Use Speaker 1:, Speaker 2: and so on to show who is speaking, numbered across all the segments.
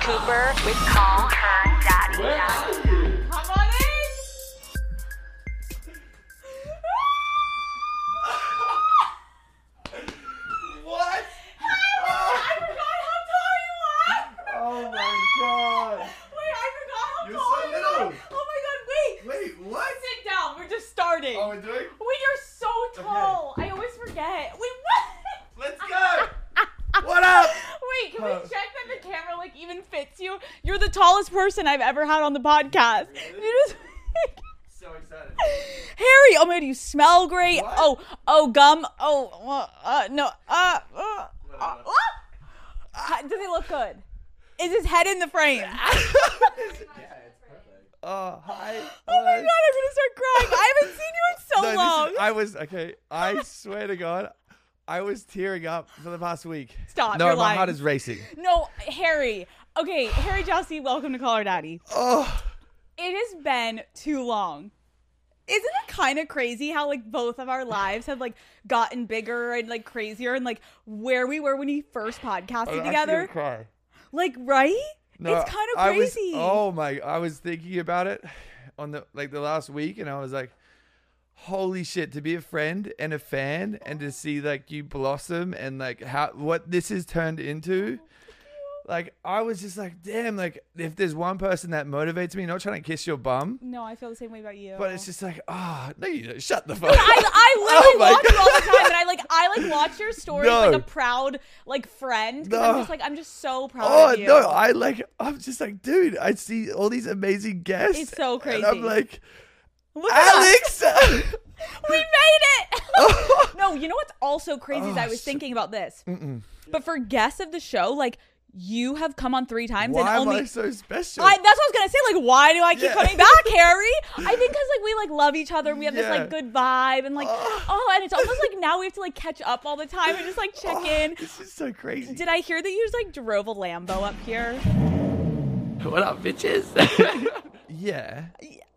Speaker 1: Cooper with Call Her Daddy.
Speaker 2: Come on in.
Speaker 3: What?
Speaker 2: I forgot how tall you are.
Speaker 3: Oh my god.
Speaker 2: Wait, I forgot how
Speaker 3: You're
Speaker 2: tall
Speaker 3: so
Speaker 2: you are.
Speaker 3: little.
Speaker 2: Oh my god, wait.
Speaker 3: Wait, what?
Speaker 2: Sit down. We're just starting.
Speaker 3: Are we doing?
Speaker 2: Wait, you're so tall. I always forget. Wait, what?
Speaker 3: Let's go! What up?
Speaker 2: Wait, can
Speaker 3: Huh.
Speaker 2: we check that the camera like even fits you? You're the tallest person I've ever had on the podcast.
Speaker 3: Really?
Speaker 2: You just
Speaker 3: So excited.
Speaker 2: Harry, oh my god, you smell great.
Speaker 3: What?
Speaker 2: Oh, oh gum. Oh, uh, uh, no. Uh, uh, uh,
Speaker 3: Whatever.
Speaker 2: uh. Uh, does he look good? Is his head in the frame?
Speaker 3: yeah, it's perfect. Oh, hi.
Speaker 2: Oh my god, I'm gonna start crying. I haven't seen you in so
Speaker 3: No, this is-
Speaker 2: long.
Speaker 3: I was okay. I swear to God, I was tearing up for the past week.
Speaker 2: Stop,
Speaker 3: No,
Speaker 2: you're
Speaker 3: my
Speaker 2: lying.
Speaker 3: heart is racing.
Speaker 2: No, Harry. Okay, Harry Jossie, welcome to Call Her Daddy.
Speaker 3: Oh,
Speaker 2: It has been too long. Isn't it kind of crazy how like both of our lives have like gotten bigger and like crazier and like where we were when we first podcasted
Speaker 3: I'm actually gonna
Speaker 2: together?
Speaker 3: Cry.
Speaker 2: Like, right?
Speaker 3: No,
Speaker 2: it's kind of
Speaker 3: I was-
Speaker 2: crazy.
Speaker 3: oh my! I was thinking about it on the like the last week, and I was like, "Holy shit!" To be a friend and a fan, and to see like you blossom and like how what this has turned into.
Speaker 2: Oh,
Speaker 3: Like I was just like, damn! Like if there's one person that motivates me, not trying to kiss your bum,
Speaker 2: No, I feel the same way about you.
Speaker 3: but it's just like, ah, no, you don't. shut the fuck.
Speaker 2: I, I
Speaker 3: Oh
Speaker 2: literally
Speaker 3: my
Speaker 2: watch you all the time, and I like I like watch your stories
Speaker 3: No.
Speaker 2: like a proud like friend. 'cause I'm
Speaker 3: No.
Speaker 2: just like I'm just so proud
Speaker 3: Oh
Speaker 2: of you.
Speaker 3: no! I like. I'm just like, dude. I see all these amazing guests.
Speaker 2: It's so
Speaker 3: And
Speaker 2: crazy.
Speaker 3: I'm like,
Speaker 2: Look at us.
Speaker 3: Alex.
Speaker 2: we made it. no, you know what's also crazy
Speaker 3: Oh,
Speaker 2: is I was thinking about this. But for guests of the show, like you have come on three times
Speaker 3: Why
Speaker 2: and
Speaker 3: am
Speaker 2: only.
Speaker 3: I so special?
Speaker 2: I, that's what I was gonna say. Like, why do I keep
Speaker 3: Yeah.
Speaker 2: coming back, Harry? I think because like we like love each other and we have this like
Speaker 3: Yeah.
Speaker 2: good vibe and like
Speaker 3: Oh.
Speaker 2: oh, and it's almost like now we have to like catch up all the time and just like check
Speaker 3: Oh,
Speaker 2: in.
Speaker 3: This is so crazy.
Speaker 2: Did I hear that you just like drove a Lambo up here?
Speaker 3: what up, bitches? yeah.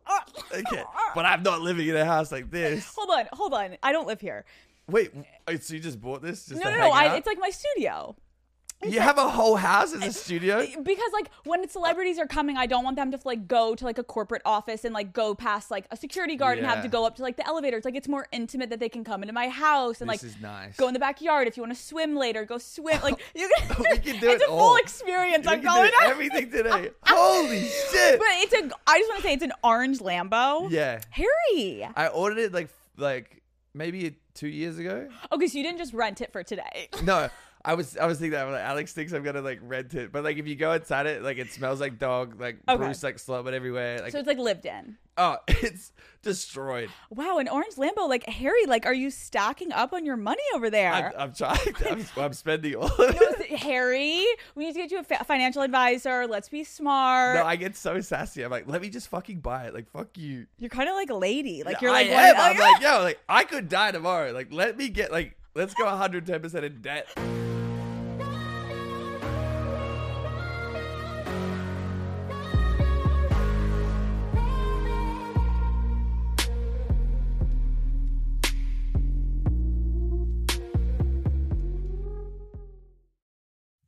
Speaker 3: Ah. Okay. But I'm not living in a house like this.
Speaker 2: Ah. Hold on, hold on. I don't live here.
Speaker 3: Wait, wait, so you just bought this? Just
Speaker 2: no,
Speaker 3: to
Speaker 2: no,
Speaker 3: hang
Speaker 2: no. I,
Speaker 3: out?
Speaker 2: it's like my studio.
Speaker 3: you have a whole house as a studio.
Speaker 2: Because like when celebrities are coming, I don't want them to like go to like a corporate office and like go past like a security guard and have
Speaker 3: Yeah.
Speaker 2: to go up to like the elevators. Like it's more intimate that they can come into my house and
Speaker 3: This
Speaker 2: like
Speaker 3: is nice.
Speaker 2: go in the backyard if you want to swim later. Go swim. Like you can.
Speaker 3: We can do
Speaker 2: it's a
Speaker 3: it
Speaker 2: full
Speaker 3: all.
Speaker 2: experience.
Speaker 3: We
Speaker 2: I'm
Speaker 3: can do
Speaker 2: calling it.
Speaker 3: everything today. Holy shit!
Speaker 2: But it's a. I just want to say it's an orange Lambo.
Speaker 3: Yeah,
Speaker 2: Harry.
Speaker 3: I ordered it like like maybe two years ago.
Speaker 2: Okay, so you didn't just rent it for today.
Speaker 3: No, I was I was thinking that like, Alex thinks I'm gonna like rent it, but like if you go inside it, like it smells like dog, like
Speaker 2: Okay.
Speaker 3: Bruce like slumming everywhere. Like
Speaker 2: So it's like lived in.
Speaker 3: oh, it's destroyed.
Speaker 2: Wow, an orange Lambo. Like Harry, like are you stacking up on your money over
Speaker 3: I'm,
Speaker 2: there?
Speaker 3: I'm trying. I'm, I'm spending all of
Speaker 2: No,
Speaker 3: it.
Speaker 2: it's- Harry, we need to get you a fa- financial advisor. Let's be smart.
Speaker 3: No, I get so sassy. I'm like, let me just fucking buy it. Like, fuck you.
Speaker 2: you're kind of like a lady. Like you're
Speaker 3: I
Speaker 2: like,
Speaker 3: am.
Speaker 4: "Oh,
Speaker 2: one-
Speaker 3: I'm like, yo, like I could die tomorrow. Like, let me get like, let's go 110 percent in debt.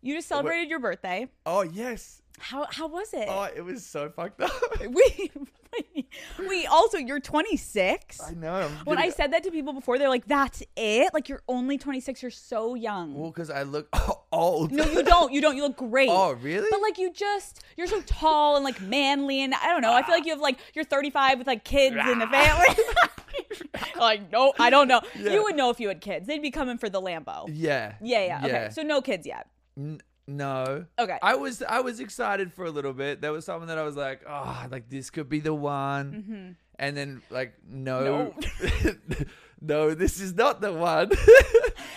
Speaker 2: you just celebrated your birthday.
Speaker 3: Oh yes.
Speaker 4: How how was it?
Speaker 3: Oh, it was so fucked up.
Speaker 4: we we also you're 26.
Speaker 3: I know. I'm
Speaker 4: When I
Speaker 3: getting-
Speaker 4: said that to people before, they're like, "That's it? Like you're only 26? You're so young."
Speaker 3: well, because I look old.
Speaker 4: no, you don't. You don't. You look great.
Speaker 3: Oh, really?
Speaker 4: But like you just you're so tall and like manly and I don't know. I feel like you have like you're 35 with like kids and a
Speaker 3: Ah.
Speaker 4: family. like no, I don't know.
Speaker 3: Yeah.
Speaker 4: You would know if you had kids. They'd be coming for the Lambo.
Speaker 3: yeah.
Speaker 4: Yeah, yeah. Okay. So no kids yet.
Speaker 3: N- no.
Speaker 4: Okay.
Speaker 3: I was I was excited for a little bit. There was something that I was like, oh, like this could be the one.
Speaker 4: Mm-hmm.
Speaker 3: And then like, no, no, this is not the one.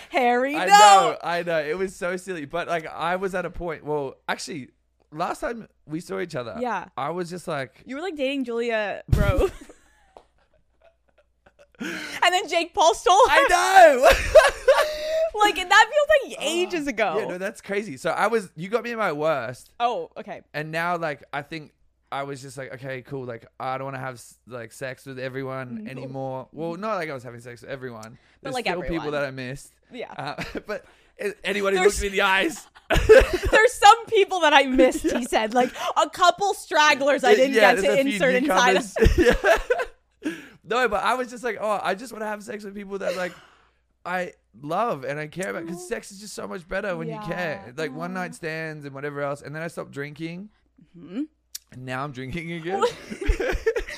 Speaker 4: Harry,
Speaker 3: I
Speaker 4: no.
Speaker 3: know, I know. It was so silly, but like I was at a point. Well, actually, last time we saw each other,
Speaker 4: Yeah.
Speaker 3: I was just like,
Speaker 4: You were like dating Julia Rose. and then Jake Paul stole
Speaker 3: I
Speaker 4: her.
Speaker 3: know.
Speaker 4: Like and that feels like ages ago.
Speaker 3: yeah, no, that's crazy. So I was, you got me at my worst,
Speaker 4: oh, okay.
Speaker 3: and now like I think I was just like, okay, cool. Like I don't want to have s- like sex with everyone anymore. Well, not like I was having sex with everyone, but
Speaker 4: like,
Speaker 3: still people
Speaker 4: everyone.
Speaker 3: that I missed.
Speaker 4: Yeah.
Speaker 3: uh, but a- anyone who
Speaker 4: There's-
Speaker 3: looks me in the eyes,
Speaker 4: There's some people that I missed, he said. Like a couple stragglers I didn't
Speaker 3: Yeah,
Speaker 4: get
Speaker 3: there's
Speaker 4: to
Speaker 3: a few
Speaker 4: insert inside.
Speaker 3: newcomers. Yeah. no, but I was just like, oh, I just want to have sex with people that like I love and I care about because sex is just so much better when you
Speaker 4: Yeah. Mm.
Speaker 3: care. Like one night stands and whatever else, and then I stopped drinking. And now I'm drinking again.
Speaker 4: Hmm?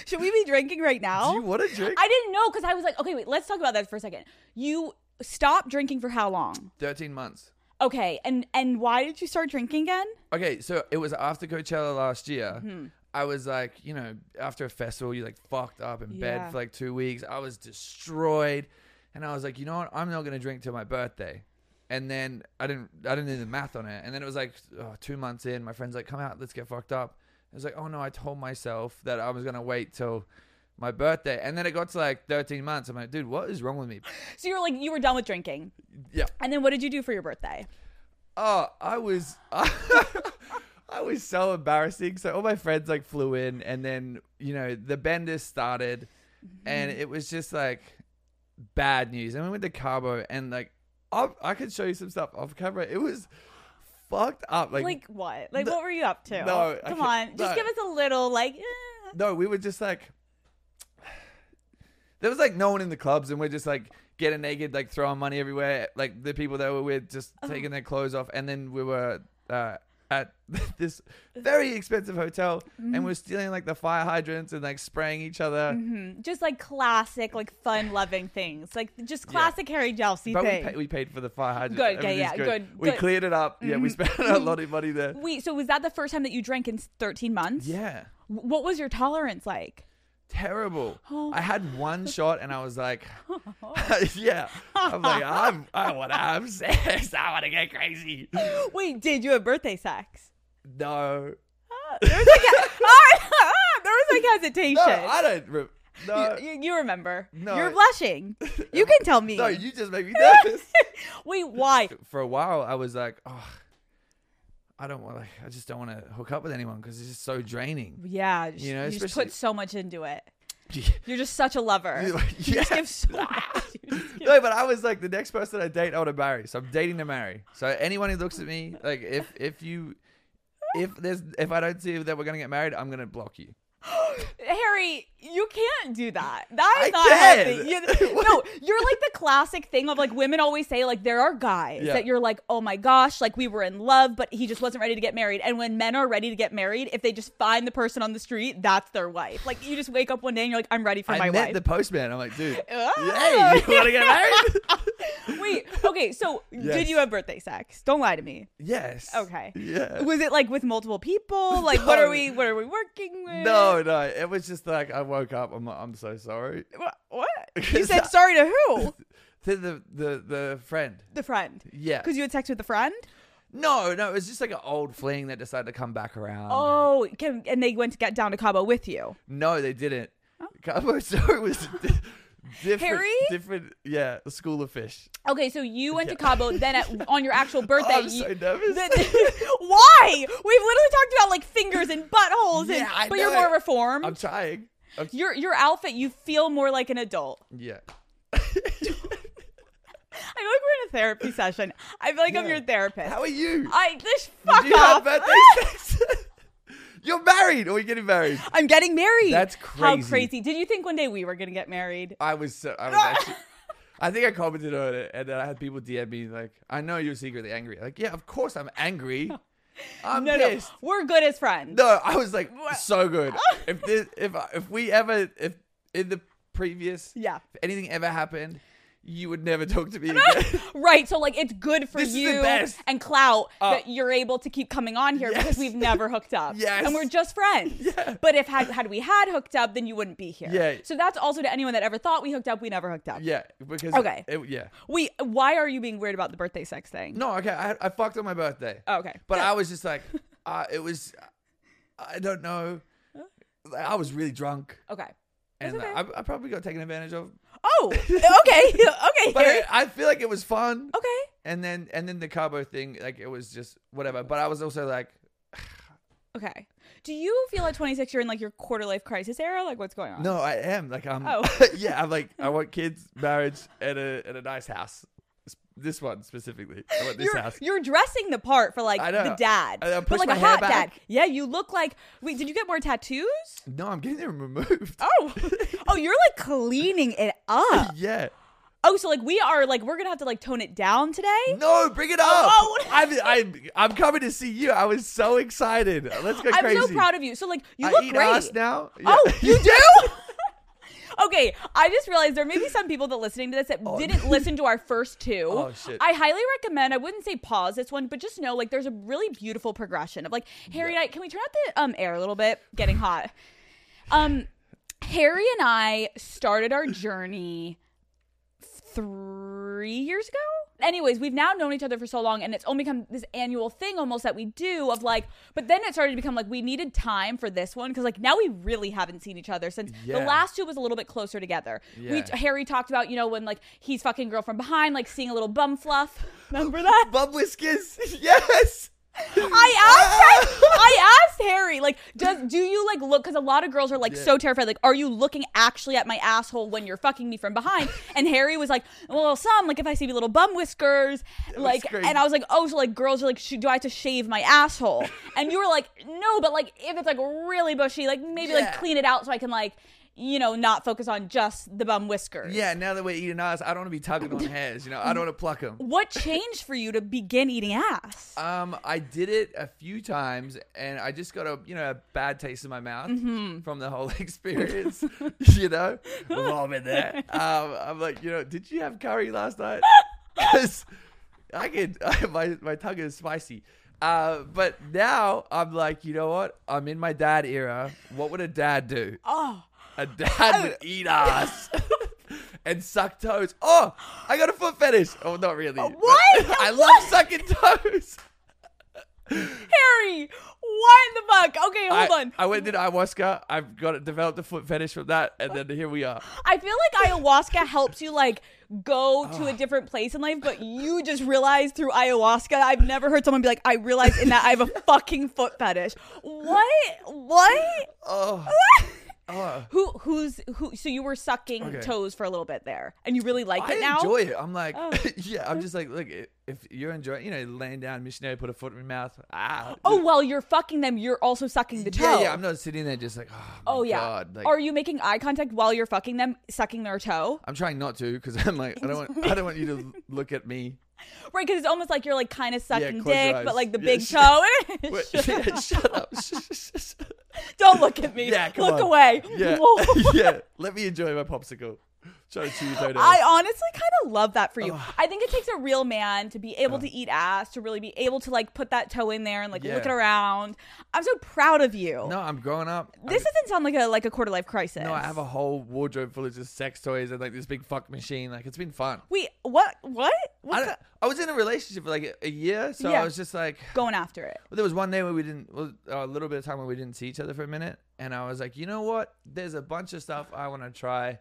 Speaker 4: Should we be drinking right now?
Speaker 3: Do you want to drink?
Speaker 4: I didn't know because I was like, okay, wait, let's talk about that for a second. You stopped drinking for how long?
Speaker 3: Thirteen months.
Speaker 4: Okay, and and why did you start drinking again?
Speaker 3: Okay, so it was after Coachella last year. I was like, you know, after a festival, you like fucked up in
Speaker 4: Yeah.
Speaker 3: bed for like two weeks. I was destroyed, and I was like, you know what? I'm not gonna drink till my birthday. And then I didn't, I didn't do the math on it. And then it was like oh, two months in, my friends like, come out, let's get fucked up. I was like, oh no, I told myself that I was gonna wait till my birthday. And then it got to like 13 months. I'm like, dude, what is wrong with me?
Speaker 4: So you were like, you were done with drinking,
Speaker 3: Yeah.
Speaker 4: and then what did you do for your birthday?
Speaker 3: Oh, I was I, was so embarrassing. So all my friends like flew in and then, you know, the benders started and it was just like bad news. And we went to Cabo and like i I could show you some stuff off camera. It was fucked up. Like,
Speaker 4: Like, what? Like
Speaker 3: No-
Speaker 4: what were you up to?
Speaker 3: No, I
Speaker 4: come
Speaker 3: can't-
Speaker 4: on, just
Speaker 3: no.
Speaker 4: give us a little like. eh.
Speaker 3: no, we were just like there was like no one in the clubs and we're just like getting naked, like throwing money everywhere. Like the people that were with just
Speaker 4: Oh.
Speaker 3: taking their clothes off and then we were uh at this very expensive hotel
Speaker 4: Mm-hmm.
Speaker 3: and we're stealing like the fire hydrants and like spraying each other.
Speaker 4: Just like classic, like fun loving things, like just classic Harry Jelsey
Speaker 3: But we,
Speaker 4: thing.
Speaker 3: pay, we paid for the fire hydrant.
Speaker 4: Good, yeah,
Speaker 3: Everything's
Speaker 4: yeah, good,
Speaker 3: We
Speaker 4: good. Mm-hmm.
Speaker 3: cleared it up. Yeah, we spent a lot of money there.
Speaker 4: Wait, so was that the first time that you drank in 13 months?
Speaker 3: Yeah.
Speaker 4: W- What was your tolerance like?
Speaker 3: terrible. I had one shot and I was like, yeah. I'm like, I'm, I want to have sex. I want to get crazy.
Speaker 4: Wait, did you have birthday sex?
Speaker 3: No.
Speaker 4: Ah, there was like hesitation.
Speaker 3: No, I don't. Re- no.
Speaker 4: you, you- you remember.
Speaker 3: Uh, No.
Speaker 4: You're blushing. You can tell me.
Speaker 3: No, you just make me nervous.
Speaker 4: Wait, why?
Speaker 3: For a while, I was like, oh, I don't want, like, I just don't want to hook up with anyone because it's just so draining.
Speaker 4: Yeah, just,
Speaker 3: You know,
Speaker 4: you just
Speaker 3: especially-
Speaker 4: put so much into it.
Speaker 3: yeah.
Speaker 4: You're just such a lover. You just give so much. You just give-
Speaker 3: No, but I was like the next person I date, I want to marry. So I'm dating to marry. So anyone who looks at me, like if if you if there's if I don't see that we're gonna get married, I'm gonna block you.
Speaker 4: Harry, you can't do that. That is
Speaker 3: I
Speaker 4: not
Speaker 3: can.
Speaker 4: healthy. You- no, you're like the classic thing of like women always say like there are guys
Speaker 3: Yeah.
Speaker 4: that you're like, "Oh my gosh, like we were in love, but he just wasn't ready to get married." And when men are ready to get married, if they just find the person on the street, that's their wife. Like you just wake up one day and you're like, "I'm ready for
Speaker 3: I
Speaker 4: my
Speaker 3: met
Speaker 4: wife."
Speaker 3: the postman. I'm like, dude, hey,
Speaker 4: Ah.
Speaker 3: you want to get married?
Speaker 4: Wait, okay, so did
Speaker 3: Yes.
Speaker 4: you have birthday sex? Don't lie to me.
Speaker 3: yes.
Speaker 4: Okay.
Speaker 3: Yeah.
Speaker 4: Was it like with multiple people? Like what
Speaker 3: No.
Speaker 4: are we what are we working with?
Speaker 3: No, no. It was just like I woke up. I'm like, I'm so sorry.
Speaker 4: Wha- What? You said sorry to who?
Speaker 3: To the the the friend.
Speaker 4: The friend.
Speaker 3: Yeah.
Speaker 4: Because you had sex with the friend?
Speaker 3: No, no. It was just like an old fling that decided to come back around.
Speaker 4: Oh, can, and they went to get down to Cabo with you.
Speaker 3: No, they didn't. Cowboy Story was di- different.
Speaker 4: Oh. Harry?
Speaker 3: Different. Yeah, a school of fish.
Speaker 4: Okay, so you went to Cabo. Then at, on your actual birthday,
Speaker 3: I'm
Speaker 4: you-
Speaker 3: so nervous.
Speaker 4: the- why? We've literally talked about like fingers and buttholes, and
Speaker 3: Yeah, I
Speaker 4: but
Speaker 3: know
Speaker 4: you're more
Speaker 3: it.
Speaker 4: reformed.
Speaker 3: I'm trying. I'm,
Speaker 4: your your outfit, you feel more like an adult.
Speaker 3: yeah.
Speaker 4: I feel like we're in a therapy session. I feel like I'm
Speaker 3: Yeah.
Speaker 4: your therapist.
Speaker 3: How are you?
Speaker 4: I this Ah, fuck
Speaker 3: Do you have
Speaker 4: off.
Speaker 3: birthday sex? You're married or you're getting married.
Speaker 4: I'm getting married.
Speaker 3: That's
Speaker 4: How
Speaker 3: crazy.
Speaker 4: crazy. Did you think one day we were going to get married?
Speaker 3: I was so I was actually I think I commented on it and then I had people DM me like, I know you're secretly angry. Like, yeah, of course I'm angry. I'm
Speaker 4: No, no.
Speaker 3: pissed.
Speaker 4: We're good as friends.
Speaker 3: No, I was like so good. If this, if I- if we ever if in the previous
Speaker 4: Yeah.
Speaker 3: if anything ever happened, you would never talk to me again.
Speaker 4: Right. So like it's good for
Speaker 3: This is the
Speaker 4: you
Speaker 3: best.
Speaker 4: and clout
Speaker 3: Uh,
Speaker 4: that you're able to keep coming on here
Speaker 3: Yes.
Speaker 4: because we've never hooked up.
Speaker 3: Yes.
Speaker 4: And we're just friends. But if had had we had hooked up, then you wouldn't be here.
Speaker 3: Yeah.
Speaker 4: So that's also to anyone that ever thought we hooked up, we never hooked up.
Speaker 3: yeah, because
Speaker 4: Okay.
Speaker 3: it- yeah.
Speaker 4: We why are you being weird about the birthday sex thing?
Speaker 3: No, okay, I, I fucked on my birthday.
Speaker 4: Oh, okay.
Speaker 3: But
Speaker 4: Good.
Speaker 3: I was just like, uh, it was, I don't know. Like, I was really drunk.
Speaker 4: Okay.
Speaker 3: And
Speaker 4: okay.
Speaker 3: I, I probably got taken advantage of.
Speaker 4: Oh, okay. okay.
Speaker 3: But
Speaker 4: Harry.
Speaker 3: I, I feel like it was fun.
Speaker 4: okay.
Speaker 3: And then and then the Cabo thing, like it was just whatever. But I was also like,
Speaker 4: Okay. Do you feel at 26 you're in like your quarter life crisis era? Like what's going on?
Speaker 3: no, I am like I'm.
Speaker 4: Oh.
Speaker 3: yeah, I'm like I want kids, marriage, and a and a nice house. This one specifically. I want this
Speaker 4: You're,
Speaker 3: house.
Speaker 4: you're dressing the part for like
Speaker 3: I know.
Speaker 4: the dad,
Speaker 3: I know, I
Speaker 4: but
Speaker 3: pushed
Speaker 4: like
Speaker 3: my
Speaker 4: a
Speaker 3: hair
Speaker 4: hot dad.
Speaker 3: back.
Speaker 4: Yeah, you look like. Wait, did you get more tattoos?
Speaker 3: No, I'm getting them removed.
Speaker 4: Oh, oh, you're like cleaning it up.
Speaker 3: yeah.
Speaker 4: Oh, so like we are like we're gonna have to like tone it down today.
Speaker 3: No, bring it up.
Speaker 4: Oh, oh.
Speaker 3: I'm, I'm, I'm coming to see you. I was so excited. Let's go
Speaker 4: I'm
Speaker 3: crazy.
Speaker 4: so proud of you. So like you
Speaker 3: I
Speaker 4: look
Speaker 3: eat
Speaker 4: great.
Speaker 3: ass now.
Speaker 4: Oh,
Speaker 3: Yeah.
Speaker 4: you do? okay, I just realized there may be some people that listening to this that didn't listen to our first two.
Speaker 3: Oh, shit.
Speaker 4: I highly recommend. I wouldn't say pause this one, but just know like there's a really beautiful progression of like Harry and I. Can we turn up the um air a little bit? Getting hot. Um, Harry and I started our journey three years ago. Anyways, we've now known each other for so long, and it's only become this annual thing almost that we do of like, but then it started to become like we needed time for this one because like now we really haven't seen each other since the
Speaker 3: Yeah.
Speaker 4: last two was a little bit closer together. We,
Speaker 3: Yeah.
Speaker 4: Harry talked about, you know, when like he's fucking girl from behind, like seeing a little bum fluff. Remember that?
Speaker 3: Bub whiskers. Yes.
Speaker 4: I asked him, I asked Harry, like, does do you like look? Because a lot of girls are like
Speaker 3: Yeah.
Speaker 4: so terrified, like, are you looking actually at my asshole when you're fucking me from behind? And Harry was like, well, some like if I see little bum whiskers, like,
Speaker 3: crazy.
Speaker 4: and I was like, oh, so like girls are like, sh- do I have to shave my asshole? And you were like, no, but like if it's like really bushy, like maybe like
Speaker 3: Yeah.
Speaker 4: clean it out so I can like, you know, not focus on just the bum whiskers.
Speaker 3: Yeah. Now that we're eating ass, I don't want to be tugging on hairs. You know, I don't want to pluck them.
Speaker 4: What changed for you to begin eating ass?
Speaker 3: Um, I did it a few times, and I just got a you know a bad taste in my mouth from the whole experience. you know, we've all been there. Um, I'm like, you know, did you have curry last night? Because I can, my my tongue is spicy. Uh, but now I'm like, you know what? I'm in my dad era. What would a dad do?
Speaker 4: oh.
Speaker 3: A dad would eat ass and suck toes. Oh, I got a foot fetish. Oh, not really. but
Speaker 4: Uh, what?
Speaker 3: I love sucking toes.
Speaker 4: Harry, what the fuck? Okay, hold
Speaker 3: I,
Speaker 4: on.
Speaker 3: I went did ayahuasca. I've got it, developed a foot fetish from that, and then here we are.
Speaker 4: I feel like ayahuasca helps you like go to a different place in life, but you just realize through ayahuasca. I've never heard someone be like, I realized in that I have a fucking foot fetish. What? What?
Speaker 3: Oh, oh.
Speaker 4: Who? Who's? Who? So you were sucking
Speaker 3: Okay.
Speaker 4: toes for a little bit there, and you really like
Speaker 3: I
Speaker 4: it now.
Speaker 3: enjoy it. I'm like,
Speaker 4: Oh.
Speaker 3: yeah. I'm just like, look, i- if you're enjoying, you know, laying down, missionary, put a foot in my mouth. Ah.
Speaker 4: oh well, you're fucking them. You're also sucking the toe.
Speaker 3: yeah, yeah. I'm not sitting there just like, oh, my
Speaker 4: oh yeah.
Speaker 3: God. Like,
Speaker 4: Are you making eye contact while you're fucking them, sucking their toe?
Speaker 3: I'm trying not to because I'm like, I don't want, I don't want you to look at me.
Speaker 4: Right, because it's almost like you're like kind of sucking
Speaker 3: close your
Speaker 4: dick, but
Speaker 3: eyes.
Speaker 4: like the
Speaker 3: Yeah,
Speaker 4: big
Speaker 3: sh-
Speaker 4: toe.
Speaker 3: Wait,
Speaker 4: Shut up.
Speaker 3: yeah, shut up.
Speaker 4: Don't look at me.
Speaker 3: yeah, come
Speaker 4: look
Speaker 3: on.
Speaker 4: away.
Speaker 3: Yeah,
Speaker 4: Whoa.
Speaker 3: yeah. Let me enjoy my popsicle. Try to chew your toenails.
Speaker 4: I honestly kind of love that for you. I think it takes a real man to be able to eat ass, to really be able to like put that toe in there and like
Speaker 3: Yeah.
Speaker 4: look it around. I'm so proud of you.
Speaker 3: no, I'm growing up. I'm
Speaker 4: This doesn't sound like a like a quarter life crisis.
Speaker 3: No, I have a whole wardrobe full of just sex toys and like this big fuck machine. Like it's been fun.
Speaker 4: Wait, what? What?
Speaker 3: I,
Speaker 4: What's
Speaker 3: don't-
Speaker 4: that-
Speaker 3: I was in a relationship for like a, a year, so
Speaker 4: Yeah.
Speaker 3: I was just like,
Speaker 4: going after it?
Speaker 3: well, there was one day where we didn't, well, a little bit of time where we didn't see each other for a minute, and I was like, you know what? There's a bunch of stuff I want to try,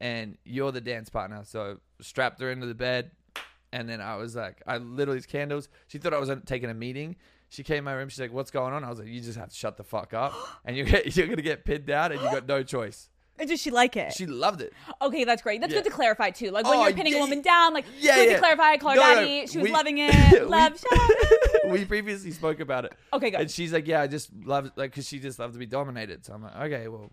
Speaker 3: and you're the dance partner, so strapped her into the bed, and then I was like, I lit all these candles. She thought I was taking a meeting. She came in my room. She's like, "What's going on?" I was like, "You just have to shut the fuck up, and you get, you're gonna get pinned down, and you got no choice."
Speaker 4: Or does she like it?
Speaker 3: She loved it.
Speaker 4: okay, that's great. That's
Speaker 3: Yeah.
Speaker 4: good to clarify too. Like when
Speaker 3: Oh,
Speaker 4: you're pinning a
Speaker 3: yeah,
Speaker 4: woman
Speaker 3: yeah.
Speaker 4: down, like
Speaker 3: Yeah,
Speaker 4: good
Speaker 3: yeah.
Speaker 4: to clarify. I call her
Speaker 3: No, no,
Speaker 4: daddy. she was
Speaker 3: we-
Speaker 4: loving
Speaker 3: we-
Speaker 4: it. Love. Shut up.
Speaker 3: we previously spoke about it.
Speaker 4: Okay, good.
Speaker 3: And she's like, yeah, I just love like because she just loved to be dominated. So I'm like, okay, well,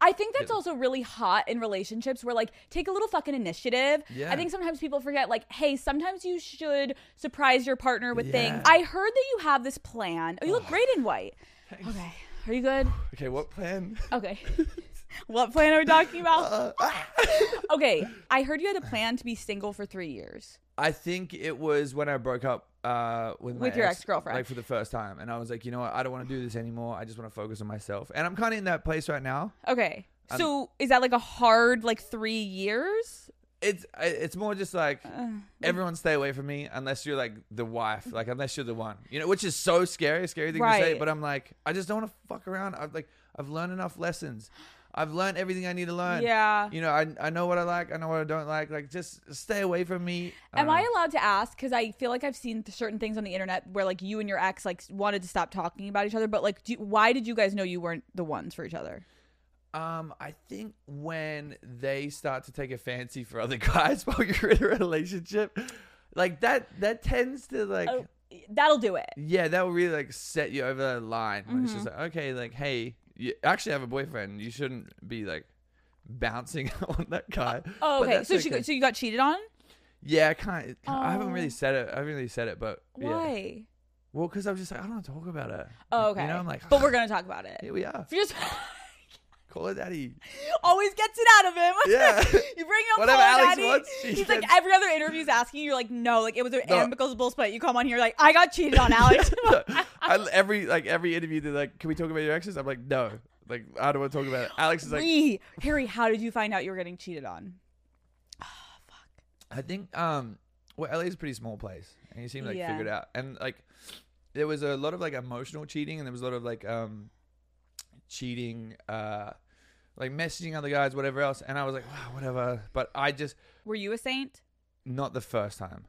Speaker 4: I think that's also really hot in relationships where like take a little fucking initiative.
Speaker 3: Yeah.
Speaker 4: I think sometimes people forget like, hey, sometimes you should surprise your partner with things.
Speaker 3: Yeah.
Speaker 4: I heard that you have this plan. Oh, you look great in white. Okay. Are you good?
Speaker 3: okay, what plan?
Speaker 4: Okay. what plan are we talking about?
Speaker 3: Uh, ah.
Speaker 4: Okay. I heard you had a plan to be single for three years.
Speaker 3: I think it was when I broke up uh, with my
Speaker 4: With your ex-girlfriend.
Speaker 3: like for the first time, and I was like, you know what, I don't want to do this anymore. I just want to focus on myself, and I'm kind of in that place right now.
Speaker 4: Okay. So is that like a hard like three years? Uh,
Speaker 3: It's I- it's more just like everyone stay away from me unless you're like the wife, like unless you're the one, you know, which is so scary, a scary thing to say.
Speaker 4: Right.
Speaker 3: But I'm like, I just don't want to fuck around. I've like I've learned enough lessons. I've learned everything I need to learn.
Speaker 4: Yeah.
Speaker 3: You know, I, I know what I like. I know what I don't like. Like, just stay away from me.
Speaker 4: Am
Speaker 3: don't
Speaker 4: I
Speaker 3: know.
Speaker 4: allowed to ask? Because I feel like I've seen th- certain things on the internet where like you and your ex like s- wanted to stop talking about each other, but like, do you- why did you guys know you weren't the ones for each other?
Speaker 3: Um, I think when they start to take a fancy for other guys while you're in a relationship, like that, that tends to like,
Speaker 4: Oh, that'll do it.
Speaker 3: yeah, that will really like set you over the line. When It's just
Speaker 4: Mm-hmm.
Speaker 3: like, okay, like, hey, you actually have a boyfriend. You shouldn't be like bouncing on that guy.
Speaker 4: Oh,
Speaker 3: But
Speaker 4: okay.
Speaker 3: that's
Speaker 4: So she, got- so you got cheated on?
Speaker 3: yeah, I can't. I haven't
Speaker 4: Oh.
Speaker 3: really said it. I haven't really said it, but yeah.
Speaker 4: Why?
Speaker 3: Well, because I was just like, I don't want to talk about it.
Speaker 4: Oh,
Speaker 3: Like,
Speaker 4: okay.
Speaker 3: You know, I'm like, "Ah,
Speaker 4: but we're gonna talk about it.
Speaker 3: here we are.
Speaker 4: If you just
Speaker 3: Call her daddy.
Speaker 4: always gets it out of him.
Speaker 3: Yeah.
Speaker 4: you bring up
Speaker 3: Whatever
Speaker 4: Call
Speaker 3: Alex
Speaker 4: Daddy.
Speaker 3: wants, she
Speaker 4: He's like
Speaker 3: gets-
Speaker 4: every other interview's asking you. You're like, no, like it was an
Speaker 3: No.
Speaker 4: amicable split. You come on here like, I got cheated on, Alex.
Speaker 3: I, every like every interview, they're like, "Can we talk about your exes?" I'm like, "No, like I don't want to talk about it." Alex is like,
Speaker 4: Bree, Harry, how did you find out you were getting cheated on?
Speaker 3: "I think um, well, LA is a pretty small place, and you seem like
Speaker 4: Yeah.
Speaker 3: figured out." And like, there was a lot of like emotional cheating, and there was a lot of like um, cheating, uh, like messaging other guys, whatever else. And I was like, wow, whatever. But I just
Speaker 4: Were you a saint?
Speaker 3: not the first time.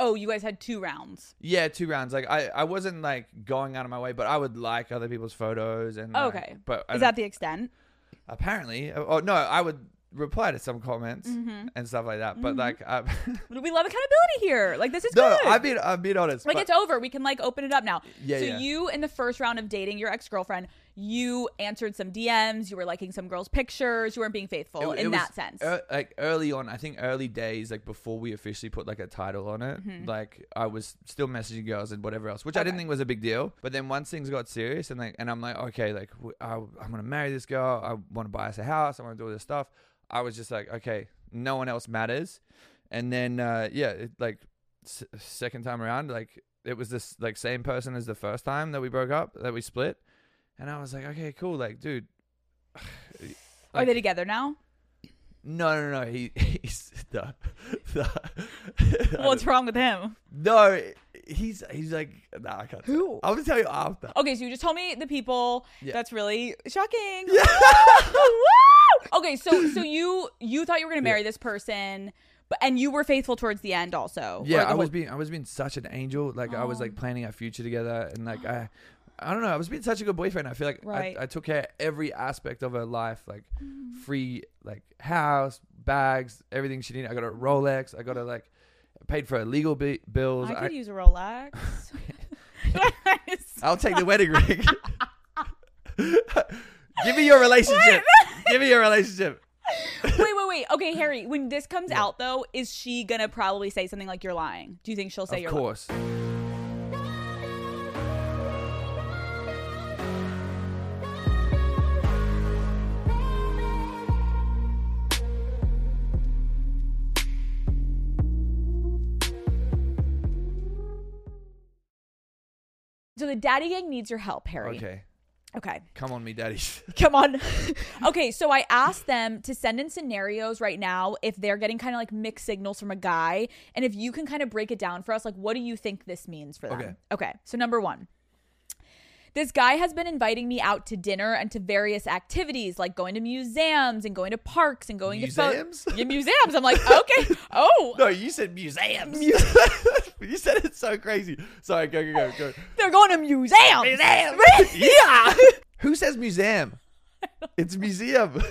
Speaker 4: Oh, you guys had two rounds.
Speaker 3: Yeah, two rounds. Like I, I wasn't like going out of my way, but I would like other people's photos and like,
Speaker 4: Okay.
Speaker 3: but I
Speaker 4: Is
Speaker 3: don't-
Speaker 4: that the extent?
Speaker 3: apparently oh no i would reply to some comments
Speaker 4: Mm-hmm.
Speaker 3: and stuff like that but like I,
Speaker 4: We love accountability here. Like this is
Speaker 3: no
Speaker 4: good.
Speaker 3: i've been i've been honest
Speaker 4: like
Speaker 3: but-
Speaker 4: it's over. We can like open it up now.
Speaker 3: Yeah,
Speaker 4: so
Speaker 3: yeah.
Speaker 4: you in the first round of dating your ex girlfriend, you answered some DMs. You were liking some girls' pictures. You weren't being faithful
Speaker 3: it-
Speaker 4: in
Speaker 3: it was uh,
Speaker 4: that sense.
Speaker 3: ear- like early on i think early days like before we officially put like a title on it
Speaker 4: Mm-hmm.
Speaker 3: like i was still messaging girls and whatever else which i didn't think was a big deal but then once things got serious and like and i'm like okay like w- I, am gonna marry this girl i want to buy us a house i want to do all this stuff i was just like okay no one else matters and then uh yeah it, like s- second time around like it was this like same person as the first time that we broke up that we split and i was like okay cool like dude
Speaker 4: Are
Speaker 3: like-
Speaker 4: they together now?
Speaker 3: no, no, no. He, he's the, the
Speaker 4: What's wrong with him?
Speaker 3: No, he's he's like nah, I can't. tell.
Speaker 4: Who?
Speaker 3: I'm gonna tell you after.
Speaker 4: Okay, so you just told me the people.
Speaker 3: Yeah.
Speaker 4: That's really shocking. Woo! okay, so so you you thought you were gonna marry this person, but and you were faithful towards the end also.
Speaker 3: Yeah,
Speaker 4: Or the
Speaker 3: I was
Speaker 4: whole-
Speaker 3: being I was being such an angel. Like I was
Speaker 4: Oh.
Speaker 3: like planning our future together, and like I, I don't know. I was being such a good boyfriend. I feel like
Speaker 4: Right. Mm.
Speaker 3: I, I took care of every aspect of her life, like free, like house, bags, everything she needed. I got her Rolex. I got her like paid for her legal bi- bills.
Speaker 4: I could
Speaker 3: I,
Speaker 4: use a Rolex.
Speaker 3: I'll take the wedding ring. Give me your relationship. Give me your relationship.
Speaker 4: wait, wait, wait. Okay, Harry, when this comes out though, is she gonna probably say something like you're lying? Do you think she'll say you're
Speaker 3: of course.
Speaker 4: lying? So the daddy gang needs your help, Harry.
Speaker 3: Okay.
Speaker 4: Okay.
Speaker 3: Come on me, daddies.
Speaker 4: Come on. okay, so I asked them to send in scenarios right now if they're getting kind of like mixed signals from a guy and if you can kind of break it down for us like what do you think this means for them?
Speaker 3: Okay.
Speaker 4: okay so number 1. This guy has been inviting me out to dinner and to various activities like going to museums and going to parks and going
Speaker 3: Museums?
Speaker 4: to pho- yeah, museums. I'm like, "Okay. Oh,
Speaker 3: No, you said museums. you said it's so crazy. Sorry, go, go, go, go.
Speaker 4: they're going to museums."
Speaker 3: Museum. yeah. Who says museum? It's museum.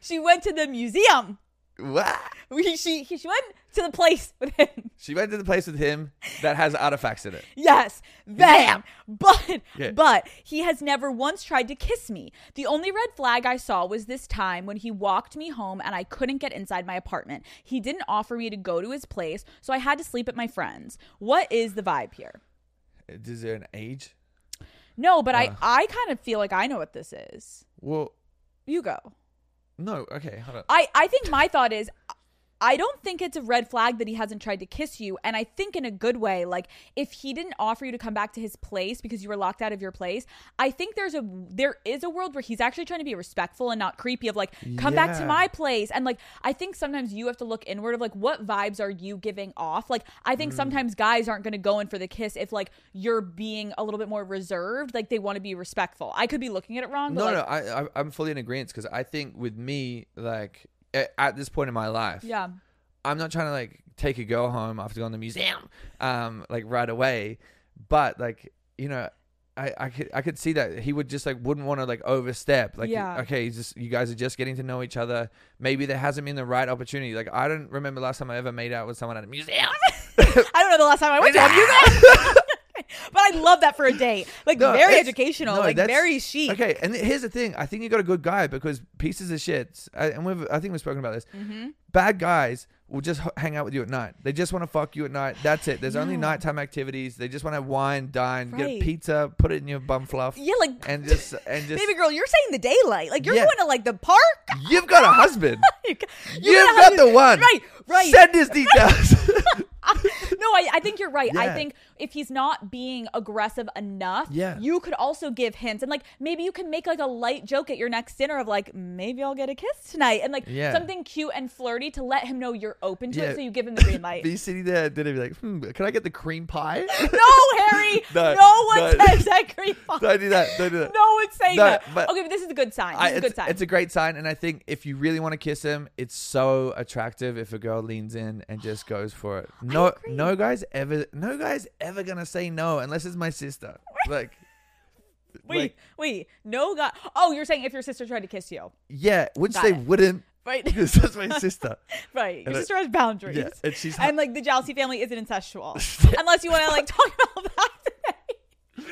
Speaker 4: She went to the museum.
Speaker 3: What?
Speaker 4: We, she she went to the place with him.
Speaker 3: She went to the place with him that has artifacts in it.
Speaker 4: Yes, bam. But
Speaker 3: Yeah.
Speaker 4: but he has never once tried to kiss me. The only red flag I saw was this time when he walked me home and I couldn't get inside my apartment. He didn't offer me to go to his place, so I had to sleep at my friend's. What is the vibe here?
Speaker 3: Is there an age?
Speaker 4: No, but I I kind of feel like I know what this is.
Speaker 3: Well,
Speaker 4: You go.
Speaker 3: no. Okay, hold on.
Speaker 4: I I think my thought is I don't think it's a red flag that he hasn't tried to kiss you. And I think in a good way, like if he didn't offer you to come back to his place because you were locked out of your place, I think there's a there is a world where he's actually trying to be respectful and not creepy of like, come back to
Speaker 3: Yeah.
Speaker 4: my place. And like I think sometimes you have to look inward of like what vibes are you giving off? Like I
Speaker 3: Mm.
Speaker 4: think sometimes guys aren't gonna go in for the kiss if like you're being a little bit more reserved, like they want to be respectful. I could be looking at it wrong, but
Speaker 3: No,
Speaker 4: like,
Speaker 3: no, I, I, I'm fully in agreement because I think with me, like a- at this point in my life,
Speaker 4: yeah.
Speaker 3: I'm not trying to like take a girl home after going to the museum, um, like right away, but like you know, I, I could I could see that he would just like wouldn't want to like overstep, like
Speaker 4: Yeah.
Speaker 3: okay, he's just you guys are just getting to know each other. Maybe there hasn't been the right opportunity. Like I don't remember last time I ever made out with someone at a museum.
Speaker 4: I don't know the last time I went to one. You guys. but I love that for a date. Like
Speaker 3: No,
Speaker 4: very
Speaker 3: it's-
Speaker 4: educational.
Speaker 3: no,
Speaker 4: like
Speaker 3: that's-
Speaker 4: very chic.
Speaker 3: Okay, and th- here's the thing. I think you got a good guy because pieces of shit, I, and we've, I think we've spoken about this.
Speaker 4: Mm-hmm.
Speaker 3: Bad guys will just h- hang out with you at night. They just want to fuck you at night. That's it. There's only nighttime activities. They just want to wine, dine, get
Speaker 4: Right.
Speaker 3: a pizza, put it in your bum fluff.
Speaker 4: Yeah, like-
Speaker 3: and just and just
Speaker 4: Baby girl, you're saying the daylight. Like you're
Speaker 3: Yeah.
Speaker 4: going to like the park.
Speaker 3: you've got a husband.
Speaker 4: You ca-
Speaker 3: You've
Speaker 4: you're gonna
Speaker 3: got
Speaker 4: have
Speaker 3: the
Speaker 4: to-
Speaker 3: one.
Speaker 4: Right, right.
Speaker 3: Send his details.
Speaker 4: no, I, I think you're right. I
Speaker 3: Yeah.
Speaker 4: think if he's not being aggressive enough,
Speaker 3: Yeah.
Speaker 4: you could also give hints and like maybe you can make like a light joke at your next dinner of like maybe I'll get a kiss tonight and like
Speaker 3: Yeah.
Speaker 4: something cute and flirty to let him know you're open to it
Speaker 3: Yeah.
Speaker 4: so you give him the green light.
Speaker 3: Be sitting there at dinner, be like, hmm, can I get the cream pie?
Speaker 4: no, Harry. No,
Speaker 3: No,
Speaker 4: one
Speaker 3: no.
Speaker 4: says that green light.
Speaker 3: don't do that. Don't do that.
Speaker 4: No one's saying
Speaker 3: No,
Speaker 4: that.
Speaker 3: but-
Speaker 4: okay, but this is a good sign. This
Speaker 3: I,
Speaker 4: is a
Speaker 3: it's,
Speaker 4: good sign.
Speaker 3: it's a great sign, and I think if you really want to kiss him, it's so attractive if a girl leans in and just goes for it. No,
Speaker 4: agree.
Speaker 3: no guys ever, no guys ever gonna say no unless it's my sister. Like,
Speaker 4: wait,
Speaker 3: like-
Speaker 4: wait. No guy. Oh, you're saying if your sister tried to kiss you,
Speaker 3: yeah, which
Speaker 4: Got
Speaker 3: they
Speaker 4: it.
Speaker 3: wouldn't
Speaker 4: right?
Speaker 3: because that's my sister.
Speaker 4: right. Your
Speaker 3: And I-
Speaker 4: sister has boundaries.
Speaker 3: yeah, and she's
Speaker 4: and like the Jousey family isn't incestual, unless you want to like talk about that today.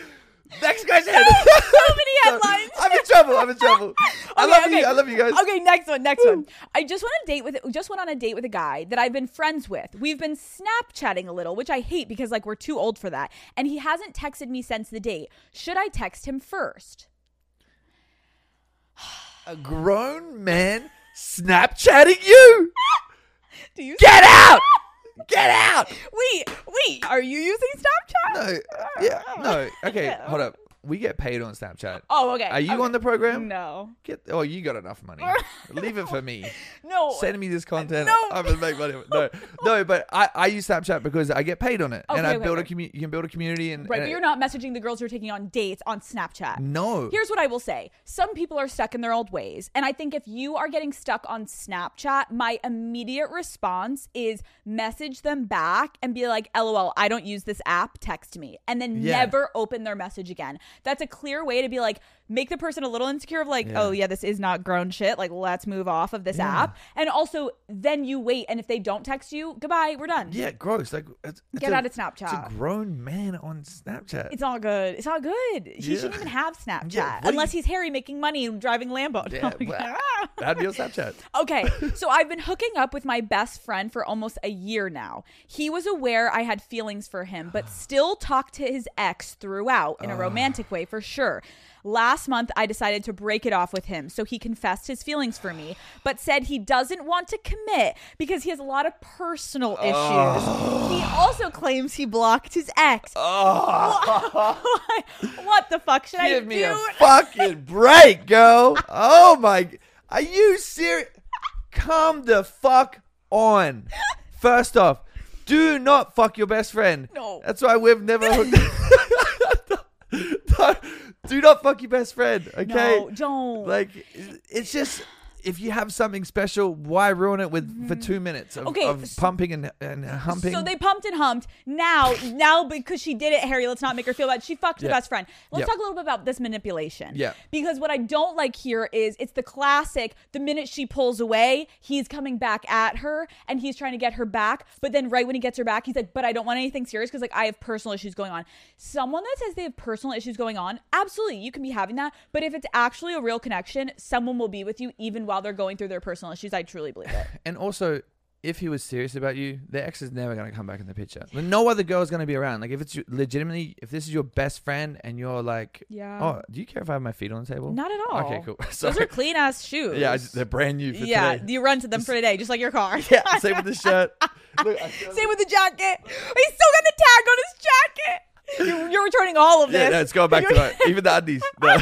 Speaker 3: next guy's head.
Speaker 4: so many headlines.
Speaker 3: I'm in trouble. I'm in trouble. I
Speaker 4: Okay,
Speaker 3: love
Speaker 4: okay.
Speaker 3: you. I love you guys.
Speaker 4: Okay, next one, next one. I just went on a date with just went on a date with a guy that I've been friends with. We've been Snapchatting a little, which I hate because like we're too old for that. And he hasn't texted me since the date. Should I text him first?
Speaker 3: A grown man Snapchatting you.
Speaker 4: Do you
Speaker 3: Get out. Get out.
Speaker 4: Wait, wait. Are you using Snapchat?
Speaker 3: No. Yeah. No. Okay. Hold up. We get paid on Snapchat.
Speaker 4: Oh, okay.
Speaker 3: Are you
Speaker 4: okay.
Speaker 3: on the program?
Speaker 4: No.
Speaker 3: Get oh, you got enough money. Leave it for me.
Speaker 4: No.
Speaker 3: Send me this content.
Speaker 4: No.
Speaker 3: I'm gonna make money. No, no, but I, I use Snapchat because I get paid on it, and
Speaker 4: Okay,
Speaker 3: I
Speaker 4: okay,
Speaker 3: build a
Speaker 4: okay.
Speaker 3: community. You can build a community, and
Speaker 4: right,
Speaker 3: and
Speaker 4: but
Speaker 3: it-
Speaker 4: you're not messaging the girls you're taking on dates on Snapchat.
Speaker 3: No,
Speaker 4: Here's what I will say. Some people are stuck in their old ways. And I think if you are getting stuck on Snapchat, my immediate response is message them back and be like, LOL, I don't use this app, text me. And then
Speaker 3: Yeah.
Speaker 4: never open their message again. That's a clear way to be like, make the person a little insecure of like,
Speaker 3: Yeah.
Speaker 4: oh, yeah, this is not grown shit. Like, let's move off of this app. And also, then you wait. And if they don't text you, goodbye, we're done.
Speaker 3: yeah, gross. Like it's, it's
Speaker 4: Get
Speaker 3: a-
Speaker 4: out of
Speaker 3: It's a
Speaker 4: Snapchat.
Speaker 3: grown man on Snapchat.
Speaker 4: It's not good. It's not good. He
Speaker 3: Yeah.
Speaker 4: shouldn't even have Snapchat
Speaker 3: Yeah, what do
Speaker 4: unless
Speaker 3: you-
Speaker 4: he's Harry making money and driving Lambo.
Speaker 3: yeah,
Speaker 4: Oh my
Speaker 3: well,
Speaker 4: God.
Speaker 3: that'd be on Snapchat.
Speaker 4: Okay, so I've been hooking up with my best friend for almost a year now. He was aware I had feelings for him, but still talked to his ex throughout
Speaker 3: Ah.
Speaker 4: in a romantic way for sure. Last month, I decided to break it off with him, so he confessed his feelings for me, but said he doesn't want to commit because he has a lot of personal issues.
Speaker 3: Ah.
Speaker 4: He also claims he blocked his ex.
Speaker 3: Ah!
Speaker 4: What, what the fuck should I
Speaker 3: Give
Speaker 4: do?
Speaker 3: me a fucking break, girl. Oh my, are you serious? Come the fuck on. First off, do not fuck your best friend.
Speaker 4: No.
Speaker 3: that's why we've never. hooked- do not fuck your best friend. Okay,
Speaker 4: No, don't.
Speaker 3: Like, it's just. if you have something special, why ruin it with for two minutes of,
Speaker 4: Mm-hmm. Okay,
Speaker 3: of
Speaker 4: s-
Speaker 3: pumping and, and humping?
Speaker 4: So they pumped and humped. Now, now because she did it, Harry, let's not make her feel bad. She fucked her
Speaker 3: Yeah.
Speaker 4: best friend. Let's
Speaker 3: Yeah.
Speaker 4: talk a little bit about this manipulation.
Speaker 3: Yeah.
Speaker 4: Because what I don't like here is it's the classic the minute she pulls away, he's coming back at her and he's trying to get her back. But then right when he gets her back, he's like, but I don't want anything serious because like I have personal issues going on. Someone that says they have personal issues going on, absolutely, you can be having that. But if it's actually a real connection, someone will be with you even while they're going through their personal issues. I truly believe it.
Speaker 3: and also, if he was serious about you, the ex is never going to come back in the picture. Like, no other girl is going to be around. Like if it's your- legitimately, if this is your best friend and you're like,
Speaker 4: Yeah.
Speaker 3: oh, do you care if I have my feet on the table?
Speaker 4: Not at all.
Speaker 3: Okay, cool.
Speaker 4: Those are
Speaker 3: Sorry.
Speaker 4: clean ass shoes.
Speaker 3: Yeah, I just- they're brand new for
Speaker 4: yeah,
Speaker 3: today.
Speaker 4: you run to them for today, just like your car.
Speaker 3: yeah, same with the shirt. Look, I-
Speaker 4: Same with the jacket. He's still got the tag on his jacket. You're, you're returning all of this.
Speaker 3: Yeah, no, it's going back to that. Even the undies. No.